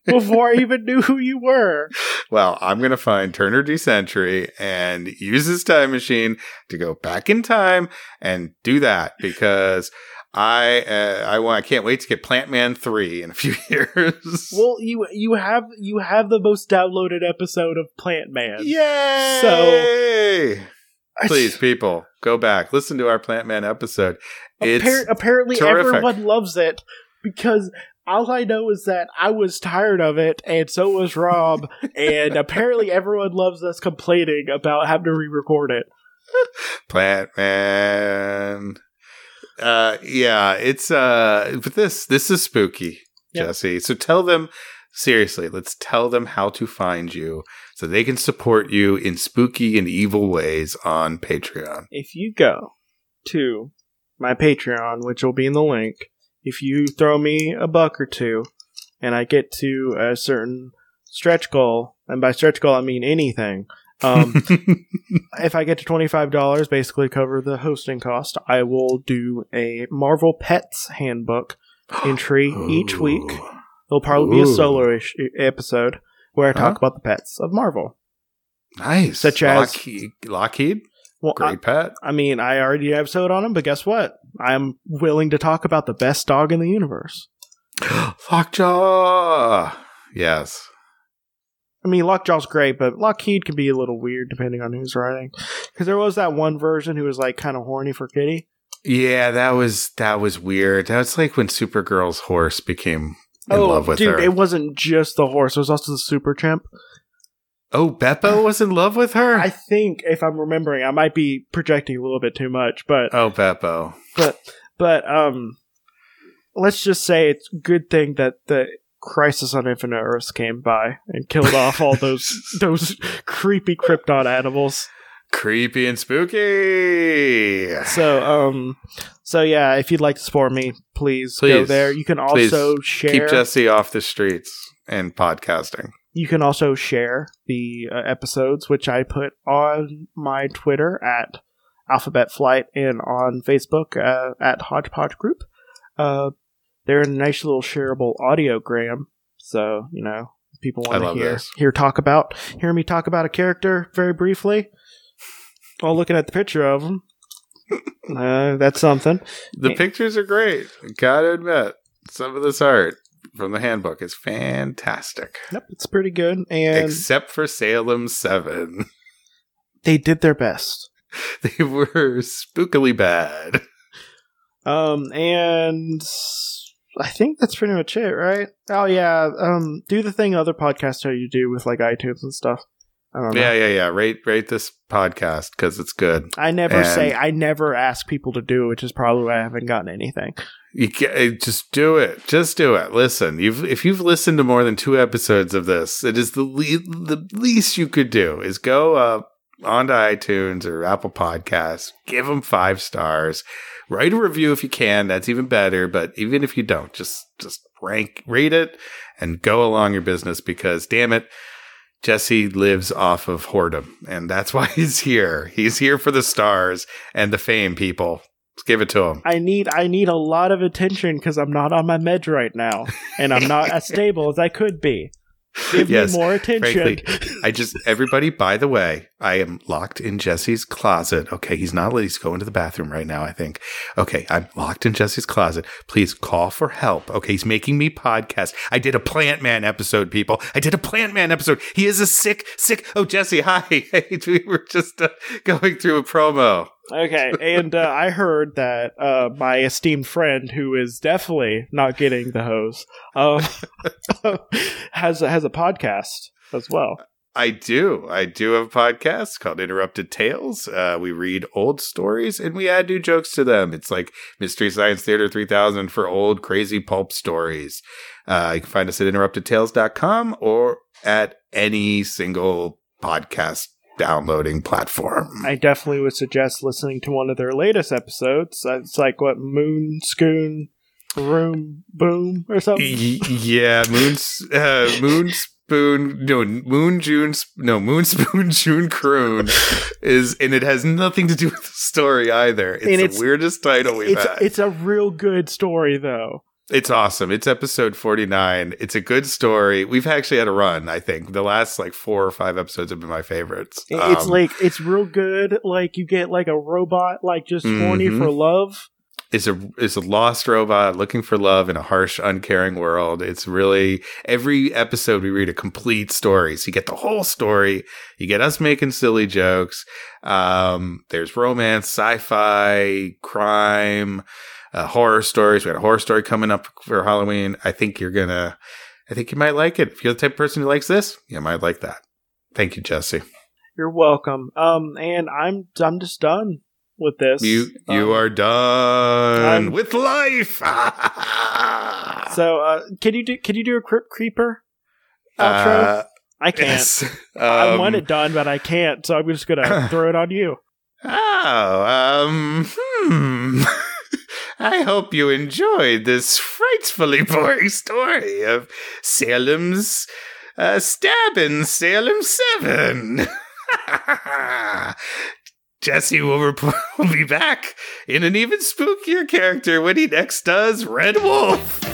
S2: before I even knew who you were.
S3: Well, I'm gonna find Turner D Century and use his time machine to go back in time and do that because I uh, I want I can't wait to get Plant Man three in a few years.
S2: Well, you you have you have the most downloaded episode of Plant Man.
S3: Yay!
S2: I-
S3: please, people, go back listen to our Plant Man episode. It's
S2: Appar- apparently,
S3: terrific.
S2: everyone loves it because all I know is that I was tired of it, and so was Rob. and apparently, everyone loves us complaining about having to re-record it.
S3: Plant Man. Uh, yeah, it's uh, but this this is spooky,
S2: Yeah.
S3: Jesse. So tell them seriously. Let's tell them how to find you so they can support you in spooky and evil ways on Patreon.
S2: If you go to my Patreon, which will be in the link, if you throw me a buck or two, and I get to a certain stretch goal, and by stretch goal I mean anything. Um, if I get to twenty five dollars, basically cover the hosting cost, I will do a Marvel Pets handbook entry each week. It'll probably be
S3: Ooh.
S2: a solo ish- e, episode where I talk
S3: Huh?
S2: about the pets of Marvel.
S3: Nice,
S2: Such as- Uh,
S3: Lockheed. Lockheed?
S2: Well, I,
S3: Great pet.
S2: I mean, I already have episode on him, but guess what? I'm willing to talk about the best dog in the universe.
S3: Lockjaw. Yes.
S2: I mean, Lockjaw's great, but Lockheed can be a little weird depending on who's writing. Because there was that one version who was like kind of horny for Kitty.
S3: Yeah, that was that was weird. That was like when Supergirl's horse became in love with
S2: Oh, dude,
S3: her.
S2: it wasn't just the horse; it was also the super chimp.
S3: Oh, Beppo was in love with her?
S2: I think if I'm remembering, I might be projecting a little bit too much, but uh,
S3: oh, Beppo.
S2: but um, let's just say it's a good thing that the Crisis on Infinite Earths came by and killed off all those those creepy Krypton animals.
S3: Creepy and spooky.
S2: So um, so yeah, if you'd like to support me, please, go
S3: Please.
S2: there. You can
S3: Please.
S2: also share.
S3: Keep Jesse off the streets and podcasting.
S2: You can also share the uh, episodes, which I put on my Twitter at Alphabet Flight and on Facebook uh, at Hodgepodge Group. Uh, they're a nice little shareable audiogram, so you know if people
S3: I
S2: want to
S3: love
S2: hear
S3: this.
S2: hear talk about hear me talk about a character very briefly. While looking at the picture of them, uh, that's something.
S3: The
S2: Yeah.
S3: pictures are great. Gotta admit, some of this art from the handbook is fantastic.
S2: Yep, it's pretty good, and
S3: Except for Salem 7.
S2: they did their best.
S3: They were spookily bad.
S2: Um, and I think that's pretty much it, right? Oh yeah. Um, do the thing other podcasts tell you to do with like iTunes and stuff. I don't know.
S3: Yeah, yeah, yeah. Rate rate this podcast because it's good.
S2: I never say.
S3: And-
S2: I never ask people to do, which is probably why I haven't gotten anything.
S3: You ca- eh, just do it. Just do it. Listen, you've if you've listened to more than two episodes of this, it is the le- the least you could do is go up onto iTunes or Apple Podcasts, give them five stars, write a review if you can. That's even better. But even if you don't, just just rank rate it and go along your business because damn it, Jesse lives off of whoredom, and that's why he's here. He's here for the stars and the fame, people. Let's give it to him.
S2: I need I need a lot of attention because I'm not on my med right now, and I'm not as stable as I could be. Give
S3: Yes,
S2: me more attention.
S3: I just everybody. By the way, I am locked in Jesse's closet. Okay, he's not. He's going to the bathroom right now. I think. Okay, I'm locked in Jesse's closet. Please call for help. Okay, he's making me podcast. I did a Plant Man episode, people. I did a Plant Man episode. He is a sick, sick. Oh, Jesse, hi. Hey, we were just uh, going through a promo.
S2: okay, and uh, I heard that uh, my esteemed friend, who is definitely not getting the hose, um, has a, has a podcast as well.
S3: I do. I do have a podcast called Interrupted Tales. Uh, we read old stories and we add new jokes to them. It's like Mystery Science Theater 3000 for old crazy pulp stories. Uh, you can find us at interruptedtales.com or at any single podcast downloading platform.
S2: I definitely would suggest listening to one of their latest episodes. Uh, It's like what Moon Scoon Room Boom or something.
S3: Y- yeah, Moon's uh, Moon Spoon, no Moon June, Sp- no Moon Spoon June Croon is, and it has nothing to do with the story either. It's
S2: And
S3: the
S2: it's-
S3: weirdest title we've
S2: It's
S3: had.
S2: it's a real good story though.
S3: It's awesome. It's episode 49. It's a good story. We've actually had a run, I think. The last like four or five episodes have been my favorites.
S2: I- It's
S3: Um,
S2: like it's real good. Like you get like a robot, like just horny
S3: Mhm.
S2: for love.
S3: it's a it's a lost robot looking for love in a harsh, uncaring world. It's really every episode we read a complete story. So you get the whole story. You get us making silly jokes. Um, there's romance, sci-fi, crime, uh, horror stories. We got a horror story coming up for Halloween. I think you're gonna. I think you might like it. If you're the type of person who likes this, you might like that. Thank you, Jesse.
S2: You're welcome. Um, and I'm I'm just done with this.
S3: You you
S2: Um,
S3: are done
S2: I'm-
S3: with life.
S2: So uh, can you do can you do a crypt creeper outro?
S3: Uh,
S2: I can't.
S3: yes.
S2: I
S3: Um,
S2: want it done, but I can't. So I'm just gonna throw it on you.
S3: Oh, um, hmm. I hope you enjoyed this frightfully boring story of Salem's uh, stab in Salem 7. Jesse will, report, will be back in an even spookier character when he next does Red Wolf.